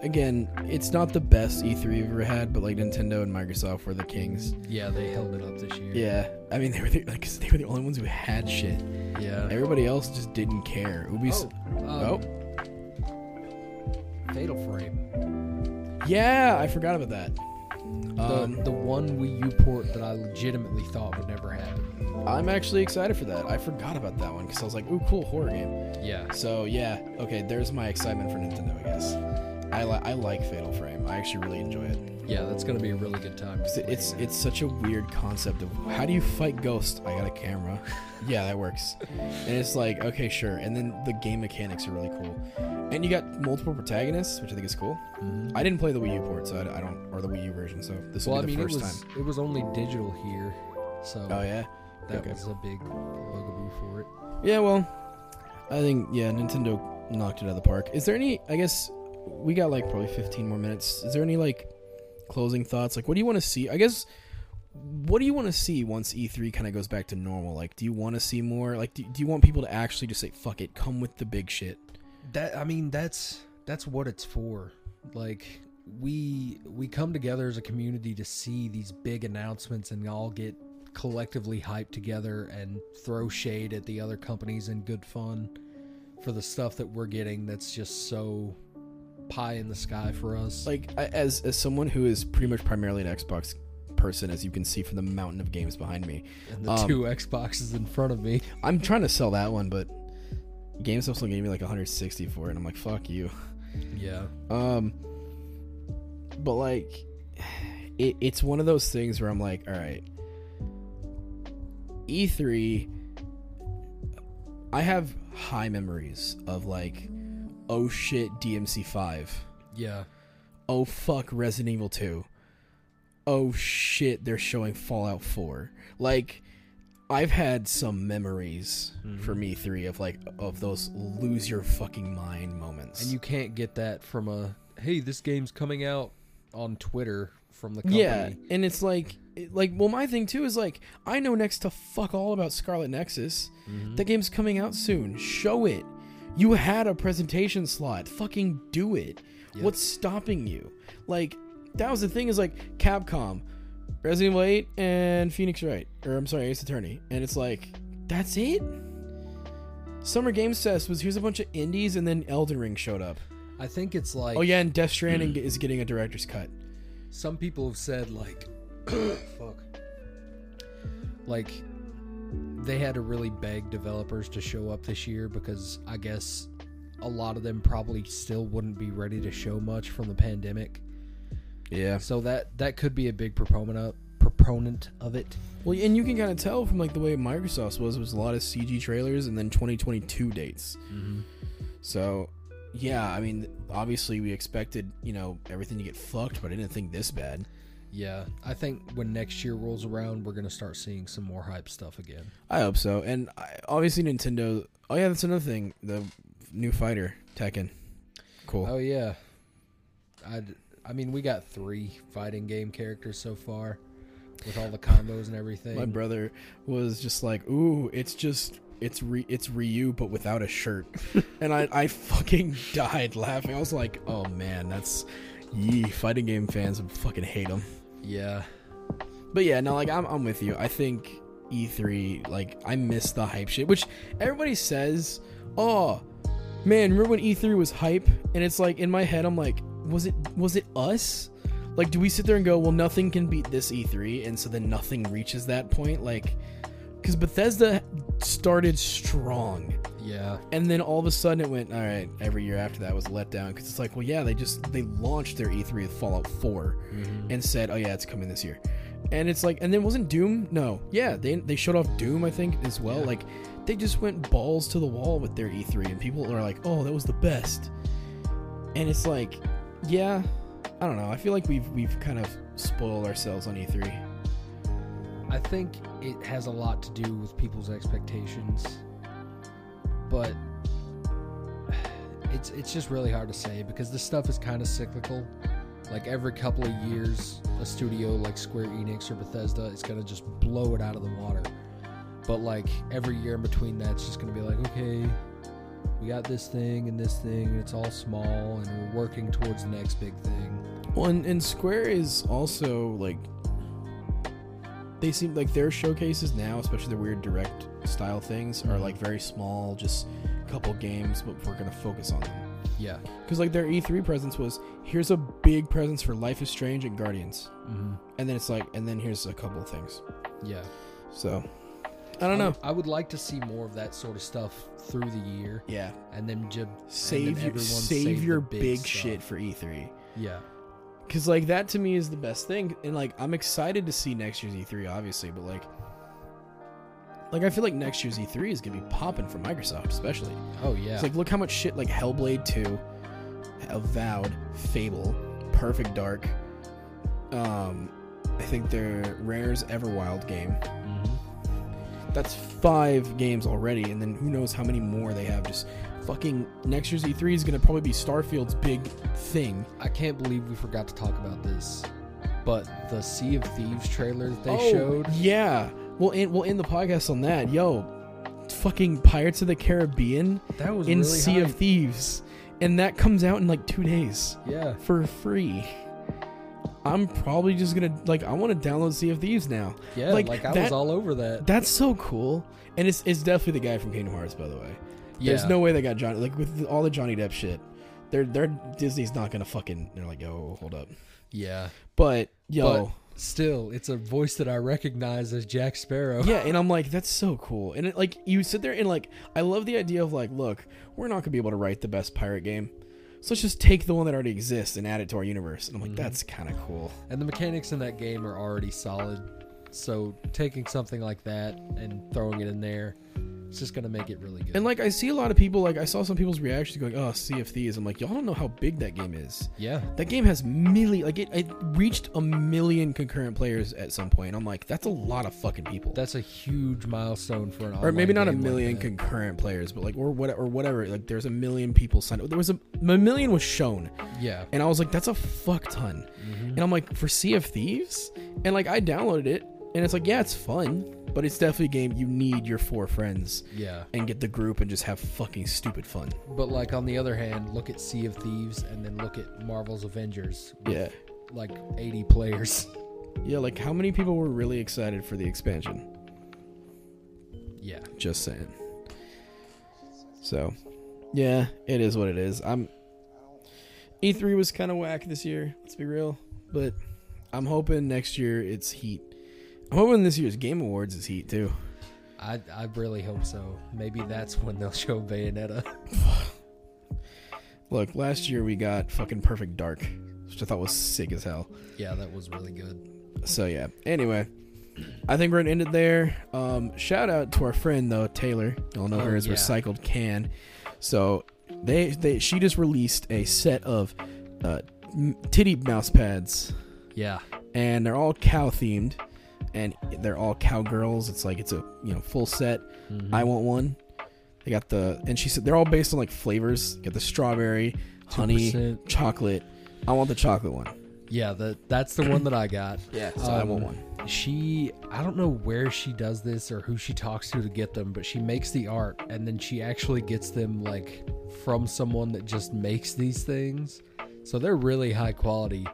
[SPEAKER 2] again, it's not the best E3 we've ever had, but like Nintendo and Microsoft were the kings.
[SPEAKER 1] yeah, they held it up this year.
[SPEAKER 2] Yeah. I mean, they were the, like 'cause they were the only ones who had shit.
[SPEAKER 1] yeah.
[SPEAKER 2] Everybody else just didn't care. Ubisoft.
[SPEAKER 1] Oh,
[SPEAKER 2] Oh.
[SPEAKER 1] um, Fatal Frame.
[SPEAKER 2] Yeah, I forgot about that. Um,
[SPEAKER 1] the, the one Wii U port that I legitimately thought would never happen.
[SPEAKER 2] I'm actually excited for that. I forgot about that one because I was like, "Ooh, cool horror game."
[SPEAKER 1] Yeah.
[SPEAKER 2] So yeah, okay. There's my excitement for Nintendo. I guess I li- I like Fatal Frame. I actually really enjoy it.
[SPEAKER 1] Yeah, that's gonna be a really good time.
[SPEAKER 2] It's- It's it's such a weird concept of how do you fight ghosts? I got a camera. yeah, that works. And it's like okay, sure. And then the game mechanics are really cool. And you got multiple protagonists, which I think is cool. I didn't play the Wii U port, so I, I don't, or the Wii U version, so this will
[SPEAKER 1] Well, I
[SPEAKER 2] be
[SPEAKER 1] mean,
[SPEAKER 2] the
[SPEAKER 1] it
[SPEAKER 2] first
[SPEAKER 1] was
[SPEAKER 2] time.
[SPEAKER 1] it was only digital here, so
[SPEAKER 2] Oh yeah,
[SPEAKER 1] That
[SPEAKER 2] okay.
[SPEAKER 1] was a big bugaboo for it.
[SPEAKER 2] Yeah, well, I think yeah, Nintendo knocked it out of the park. Is there any? I guess we got like probably 15 more minutes. Is there any like closing thoughts? Like, what do you want to see? I guess what do you want to see once E3 kind of goes back to normal? Like, do you want to see more? Like, do, do you want people to actually just say fuck it, come with the big shit?
[SPEAKER 1] That I mean, that's that's what it's for. Like we we come together as a community to see these big announcements and all get collectively hyped together and throw shade at the other companies in good fun for the stuff that we're getting that's just so pie in the sky for us.
[SPEAKER 2] Like, I, as as someone who is pretty much primarily an Xbox person, as you can see from the mountain of games behind me,
[SPEAKER 1] and the
[SPEAKER 2] um,
[SPEAKER 1] two Xboxes in front of me.
[SPEAKER 2] I'm trying to sell that one, but GameStop still gave me like 160 for it, and I'm like, fuck you.
[SPEAKER 1] Yeah.
[SPEAKER 2] Um, but like, it, it's one of those things where I'm like, all right, E3. I have high memories of like, oh shit, DMC five.
[SPEAKER 1] Yeah.
[SPEAKER 2] Oh fuck, Resident Evil two. Oh shit, they're showing Fallout four. Like, I've had some memories from E3 of like of those lose your fucking mind moments.
[SPEAKER 1] And you can't get that from a hey, this game's coming out on Twitter from the company.
[SPEAKER 2] Yeah, and it's like, it- like, well, my thing too is like, I know next to fuck all about Scarlet Nexus.
[SPEAKER 1] Mm-hmm.
[SPEAKER 2] That game's coming out soon. Show it. You had a presentation slot. Fucking do it. What's stopping you? Like, that was the thing is like Capcom, Resident Evil 8, and Phoenix Wright, or I'm sorry, Ace Attorney, and it's like, that's it. Summer Games Fest was here's a bunch of indies, and then Elden Ring showed up.
[SPEAKER 1] I think it's like mm.
[SPEAKER 2] Oh yeah, and Death Stranding is getting a director's cut.
[SPEAKER 1] some people have said like fuck. Like they had to really beg developers to show up this year because I guess a lot of them probably still wouldn't be ready to show much from the pandemic.
[SPEAKER 2] Yeah.
[SPEAKER 1] So that that could be a big proponent of, proponent of it.
[SPEAKER 2] Well, and you can kind of tell from like the way Microsoft's was was a lot of CG trailers and then 2022 dates. So, yeah, I mean, obviously we expected you know everything to get fucked, but I didn't think this bad.
[SPEAKER 1] Yeah, I think when next year rolls around, we're gonna start seeing some more hype stuff again.
[SPEAKER 2] I hope so. And I, obviously Nintendo. Oh yeah, that's another thing. The new fighter Tekken. Cool.
[SPEAKER 1] Oh yeah, Oh, I d- I mean, we got three fighting game characters so far, with all the combos and everything.
[SPEAKER 2] My brother was just like, "Ooh, it's just it's Ry- it's Ryu but without a shirt," and I I fucking died laughing. I was like, "Oh man, that's yee." Fighting game fans would fucking hate him."
[SPEAKER 1] yeah,
[SPEAKER 2] But yeah, no, like I'm I'm with you. I think E3, like I miss the hype shit, which everybody says, "Oh man, remember when E3 was hype?" And it's like in my head, I'm like, "Was it was it us?" Like, do we sit there and go, "Well, nothing can beat this E3," and so then nothing reaches that point, like. Because Bethesda started strong,
[SPEAKER 1] yeah,
[SPEAKER 2] and then all of a sudden it went all right. Every year after that was let down because it's like, well, yeah, they just they launched their E3 with Fallout 4, and said, "Oh yeah, it's coming this year." And it's like, and then wasn't Doom? No, yeah, they they showed off Doom, I think, as well.
[SPEAKER 1] Yeah.
[SPEAKER 2] Like, they just went balls to the wall with their E3, and people are like, "Oh, that was the best." And it's like, yeah, I don't know. I feel like we've we've kind of spoiled ourselves on E E3.
[SPEAKER 1] I think it has a lot to do with people's expectations, but it's it's just really hard to say because this stuff is kind of cyclical. Like every couple of years, a studio like Square Enix or Bethesda is gonna just blow it out of the water. But like every year in between that, it's just gonna be like, okay, we got this thing and this thing, and it's all small, and we're working towards the next big thing.
[SPEAKER 2] Well, and, and Square is also like, they seem like their showcases now, especially their weird direct style things, are like very small, just couple games, but we're gonna focus on them.
[SPEAKER 1] Yeah.
[SPEAKER 2] Because like their E3 presence was here's a big presence for Life is Strange and Guardians,
[SPEAKER 1] Mm-hmm.
[SPEAKER 2] and then it's like and then here's a couple of things.
[SPEAKER 1] Yeah.
[SPEAKER 2] So I don't know.
[SPEAKER 1] would- I would like to see more of that sort of stuff through the year,
[SPEAKER 2] Yeah,
[SPEAKER 1] and then jib, and then
[SPEAKER 2] save your
[SPEAKER 1] everyone
[SPEAKER 2] save,
[SPEAKER 1] the
[SPEAKER 2] your big,
[SPEAKER 1] stuff.
[SPEAKER 2] shit for E E3.
[SPEAKER 1] Yeah,
[SPEAKER 2] Cause like that to me is the best thing, and like I'm excited to see next year's E3, obviously, but like, like I feel like next year's E3 is gonna be popping for Microsoft, especially.
[SPEAKER 1] oh yeah,
[SPEAKER 2] It's like look how much shit like Hellblade 2, Avowed, Fable, Perfect Dark. Um, I think they're Rare's Everwild game.
[SPEAKER 1] Mhm.
[SPEAKER 2] That's five games already, and then who knows how many more they have. Just fucking next year's E3 is gonna probably be Starfield's big thing.
[SPEAKER 1] I can't believe we forgot to talk about this, but the Sea of Thieves trailer that they
[SPEAKER 2] Oh,
[SPEAKER 1] showed,
[SPEAKER 2] Yeah, we'll end we'll end the podcast on that. Yo, fucking Pirates of the Caribbean
[SPEAKER 1] that was
[SPEAKER 2] in
[SPEAKER 1] really
[SPEAKER 2] Sea of
[SPEAKER 1] hype.
[SPEAKER 2] Thieves, and that comes out in like two days.
[SPEAKER 1] yeah,
[SPEAKER 2] for free. I'm probably just gonna like I want to download Sea of Thieves now.
[SPEAKER 1] yeah,
[SPEAKER 2] Like,
[SPEAKER 1] like, I
[SPEAKER 2] that-
[SPEAKER 1] was all over that.
[SPEAKER 2] That's so cool, and it's it's definitely the guy from Kingdom Hearts, by the way.
[SPEAKER 1] yeah,
[SPEAKER 2] There's no way they got Johnny like with all the Johnny Depp shit. They're they're Disney's not gonna fucking they're like yo hold up.
[SPEAKER 1] yeah.
[SPEAKER 2] But yo
[SPEAKER 1] But still, it's a voice that I recognize as Jack Sparrow.
[SPEAKER 2] yeah, and I'm like that's so cool, and it, like you sit there and like I love the idea of like look we're not gonna be able to write the best pirate game, so let's just take the one that already exists and add it to our universe. And I'm
[SPEAKER 1] Mm-hmm.
[SPEAKER 2] like that's kind of cool.
[SPEAKER 1] And the mechanics in that game are already solid. So taking something like that and throwing it in there, it's just gonna make it really good.
[SPEAKER 2] And like I see a lot of people like I saw some people's reactions going, "Oh, Sea of Thieves." I'm like, y'all don't know how big that game is.
[SPEAKER 1] yeah.
[SPEAKER 2] That game has million like it, it reached a million concurrent players at some point. I'm like, that's a lot of fucking people.
[SPEAKER 1] That's a huge milestone for an
[SPEAKER 2] or maybe
[SPEAKER 1] online
[SPEAKER 2] not a
[SPEAKER 1] game like
[SPEAKER 2] million
[SPEAKER 1] that.
[SPEAKER 2] concurrent players, but like or what or whatever. Like there's a million people signed up. There was a, a million was shown.
[SPEAKER 1] yeah.
[SPEAKER 2] And I was like, that's a fuck ton. And I'm like, for Sea of Thieves? And like I downloaded it and it's like, yeah, it's fun, but it's definitely a game you need your four friends
[SPEAKER 1] Yeah.
[SPEAKER 2] and get the group and just have fucking stupid fun.
[SPEAKER 1] But like on the other hand, look at Sea of Thieves and then look at Marvel's Avengers. with,
[SPEAKER 2] Yeah.
[SPEAKER 1] Like 80 players.
[SPEAKER 2] Yeah, like how many people were really excited for the expansion?
[SPEAKER 1] Yeah.
[SPEAKER 2] Just saying. So, yeah, it is what it is. I'm E3 was kind of whack this year, let's be real, but I'm hoping next year it's heat. I'm hoping this year's Game Awards is heat too.
[SPEAKER 1] I I really hope so. Maybe that's when they'll show Bayonetta.
[SPEAKER 2] Look, last year we got fucking Perfect Dark, which I thought was sick as hell.
[SPEAKER 1] yeah, that was really good.
[SPEAKER 2] So yeah. Anyway, I think we're gonna end it there. Um, shout out to our friend though Taylor. Y'all know her
[SPEAKER 1] Oh,
[SPEAKER 2] as
[SPEAKER 1] yeah.
[SPEAKER 2] Recycled Can. So they they she just released a set of uh, m- titty mouse pads,
[SPEAKER 1] Yeah.
[SPEAKER 2] and they're all cow themed, and they're all cowgirls. It's like it's a you know full set.
[SPEAKER 1] Mm-hmm.
[SPEAKER 2] I want one. They got the and she said they're all based on like flavors. Got the strawberry, honey,
[SPEAKER 1] 2%.
[SPEAKER 2] chocolate, I want the chocolate one.
[SPEAKER 1] Yeah, that that's the one that I got.
[SPEAKER 2] Yeah, so I
[SPEAKER 1] Um,
[SPEAKER 2] want one.
[SPEAKER 1] She, I don't know where she does this or who she talks to to get them, but she makes the art and then she actually gets them like from someone that just makes these things. So they're really high quality.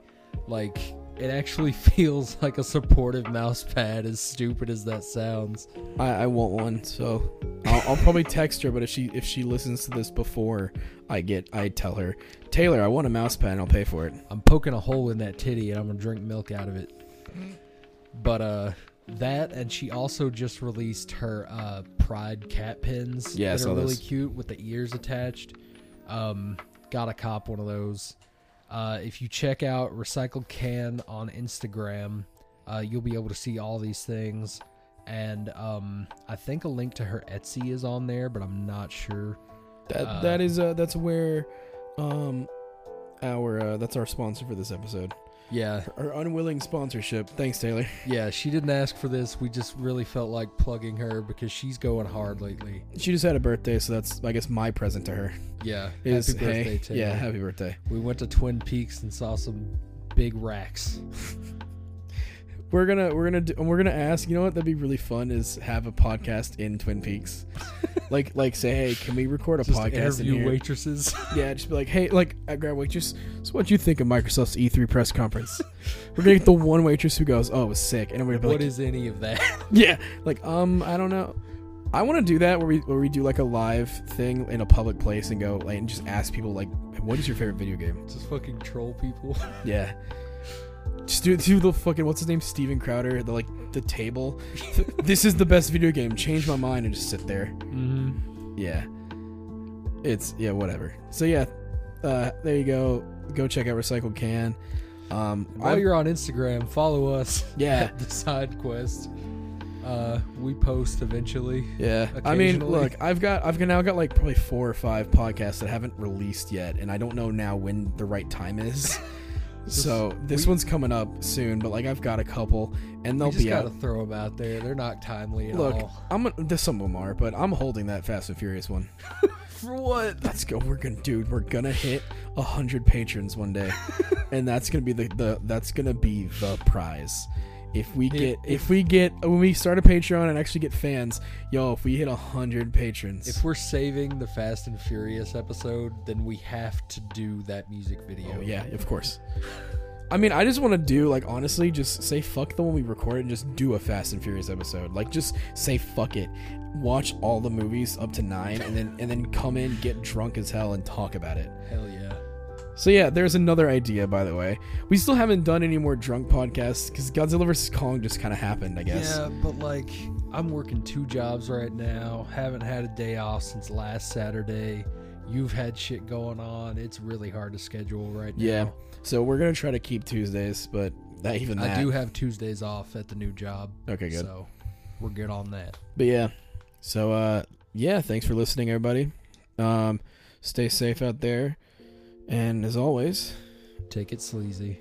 [SPEAKER 1] Like it actually feels like a supportive mouse pad, as stupid as that sounds.
[SPEAKER 2] I, I want one, so I'll, I'll probably text her. But if she if she listens to this before I get, I tell her, Taylor, I want a mouse pad. and I'll pay for it.
[SPEAKER 1] I'm poking a hole in that titty and I'm gonna drink milk out of it. But uh that and she also just released her uh pride cat pins
[SPEAKER 2] Yeah, I
[SPEAKER 1] that
[SPEAKER 2] saw
[SPEAKER 1] are really
[SPEAKER 2] this.
[SPEAKER 1] cute with the ears attached. Um gotta cop one of those. Uh if you check out Recycled Can on Instagram, uh you'll be able to see all these things. And um I think a link to her Etsy is on there, but I'm not sure.
[SPEAKER 2] That
[SPEAKER 1] Uh,
[SPEAKER 2] that is uh that's where, um, our uh, that's our sponsor for this episode.
[SPEAKER 1] Yeah,
[SPEAKER 2] Our unwilling sponsorship. Thanks, Taylor.
[SPEAKER 1] Yeah, she didn't ask for this. We just really felt like plugging her because she's going hard lately.
[SPEAKER 2] She just had a birthday, so that's I guess my present to her
[SPEAKER 1] Yeah.
[SPEAKER 2] is
[SPEAKER 1] happy birthday,
[SPEAKER 2] hey,
[SPEAKER 1] Taylor.
[SPEAKER 2] yeah, happy birthday.
[SPEAKER 1] We went to Twin Peaks and saw some big racks.
[SPEAKER 2] We're gonna we're gonna do, and we're gonna ask. You know what? That'd be really fun is have a podcast in Twin Peaks, like like say, hey, can we record a
[SPEAKER 1] Just
[SPEAKER 2] podcast in
[SPEAKER 1] interview
[SPEAKER 2] here?
[SPEAKER 1] waitresses.
[SPEAKER 2] Yeah, just be like, hey, like I grab waitress. So what do you think of Microsoft's E3 press conference? we're gonna get the one waitress who goes, oh, it was sick, and we're gonna be like,
[SPEAKER 1] what is any of that?
[SPEAKER 2] yeah, like um, I don't know. I want to do that where we where we do like a live thing in a public place and go like, and just ask people like, what is your favorite video game?
[SPEAKER 1] just fucking troll people.
[SPEAKER 2] Yeah. Just do, do the fucking what's his name Steven Crowder the like the table. this is the best video game. Change my mind and just sit there.
[SPEAKER 1] Mm-hmm.
[SPEAKER 2] Yeah. It's yeah whatever. So yeah, uh, there you go. Go check out Recycled Can. Um,
[SPEAKER 1] While
[SPEAKER 2] I-
[SPEAKER 1] you're on Instagram, follow us
[SPEAKER 2] yeah
[SPEAKER 1] at the side quest. Uh, we post eventually.
[SPEAKER 2] yeah. I mean,
[SPEAKER 1] Occasionally.
[SPEAKER 2] look, I've got I've now got like probably four or five podcasts that I haven't released yet, and I don't know now when the right time is. so this
[SPEAKER 1] we-
[SPEAKER 2] one's coming up soon, but like I've got a couple, and they'll
[SPEAKER 1] We just
[SPEAKER 2] be out.
[SPEAKER 1] gotta throw them out there. They're not timely at
[SPEAKER 2] Look,
[SPEAKER 1] all.
[SPEAKER 2] I'm gonna, there's some of them are, but I'm holding that Fast and Furious one.
[SPEAKER 1] For what?
[SPEAKER 2] Let's go, we're gonna, dude, we're gonna hit a hundred patrons one day, and that's gonna be the, the that's gonna be the prize. If we get, if we get, when we start a Patreon and actually get fans, yo, if we hit a hundred patrons,
[SPEAKER 1] If we're saving the Fast and Furious episode, then we have to do that music video.
[SPEAKER 2] oh yeah, of course. I mean, I just want to do like honestly, just say fuck the one we recorded and just do a Fast and Furious episode. Like, just say fuck it, watch all the movies up to nine, and then and then come in, get drunk as hell, and talk about it.
[SPEAKER 1] Hell yeah.
[SPEAKER 2] So yeah, there's another idea, by the way. We still haven't done any more drunk podcasts because Godzilla vs Kong just kind of happened, I guess.
[SPEAKER 1] Yeah, but like, I'm working two jobs right now. Haven't had a day off since last Saturday. You've had shit going on. It's really hard to schedule right
[SPEAKER 2] Yeah.
[SPEAKER 1] now.
[SPEAKER 2] So we're gonna try to keep Tuesdays, but that even that.
[SPEAKER 1] I do have Tuesdays off at the new job.
[SPEAKER 2] okay, good.
[SPEAKER 1] So we're good on that.
[SPEAKER 2] But yeah, so uh, yeah, thanks for listening, everybody. Um, stay safe out there, and as always,
[SPEAKER 1] Take it sleazy.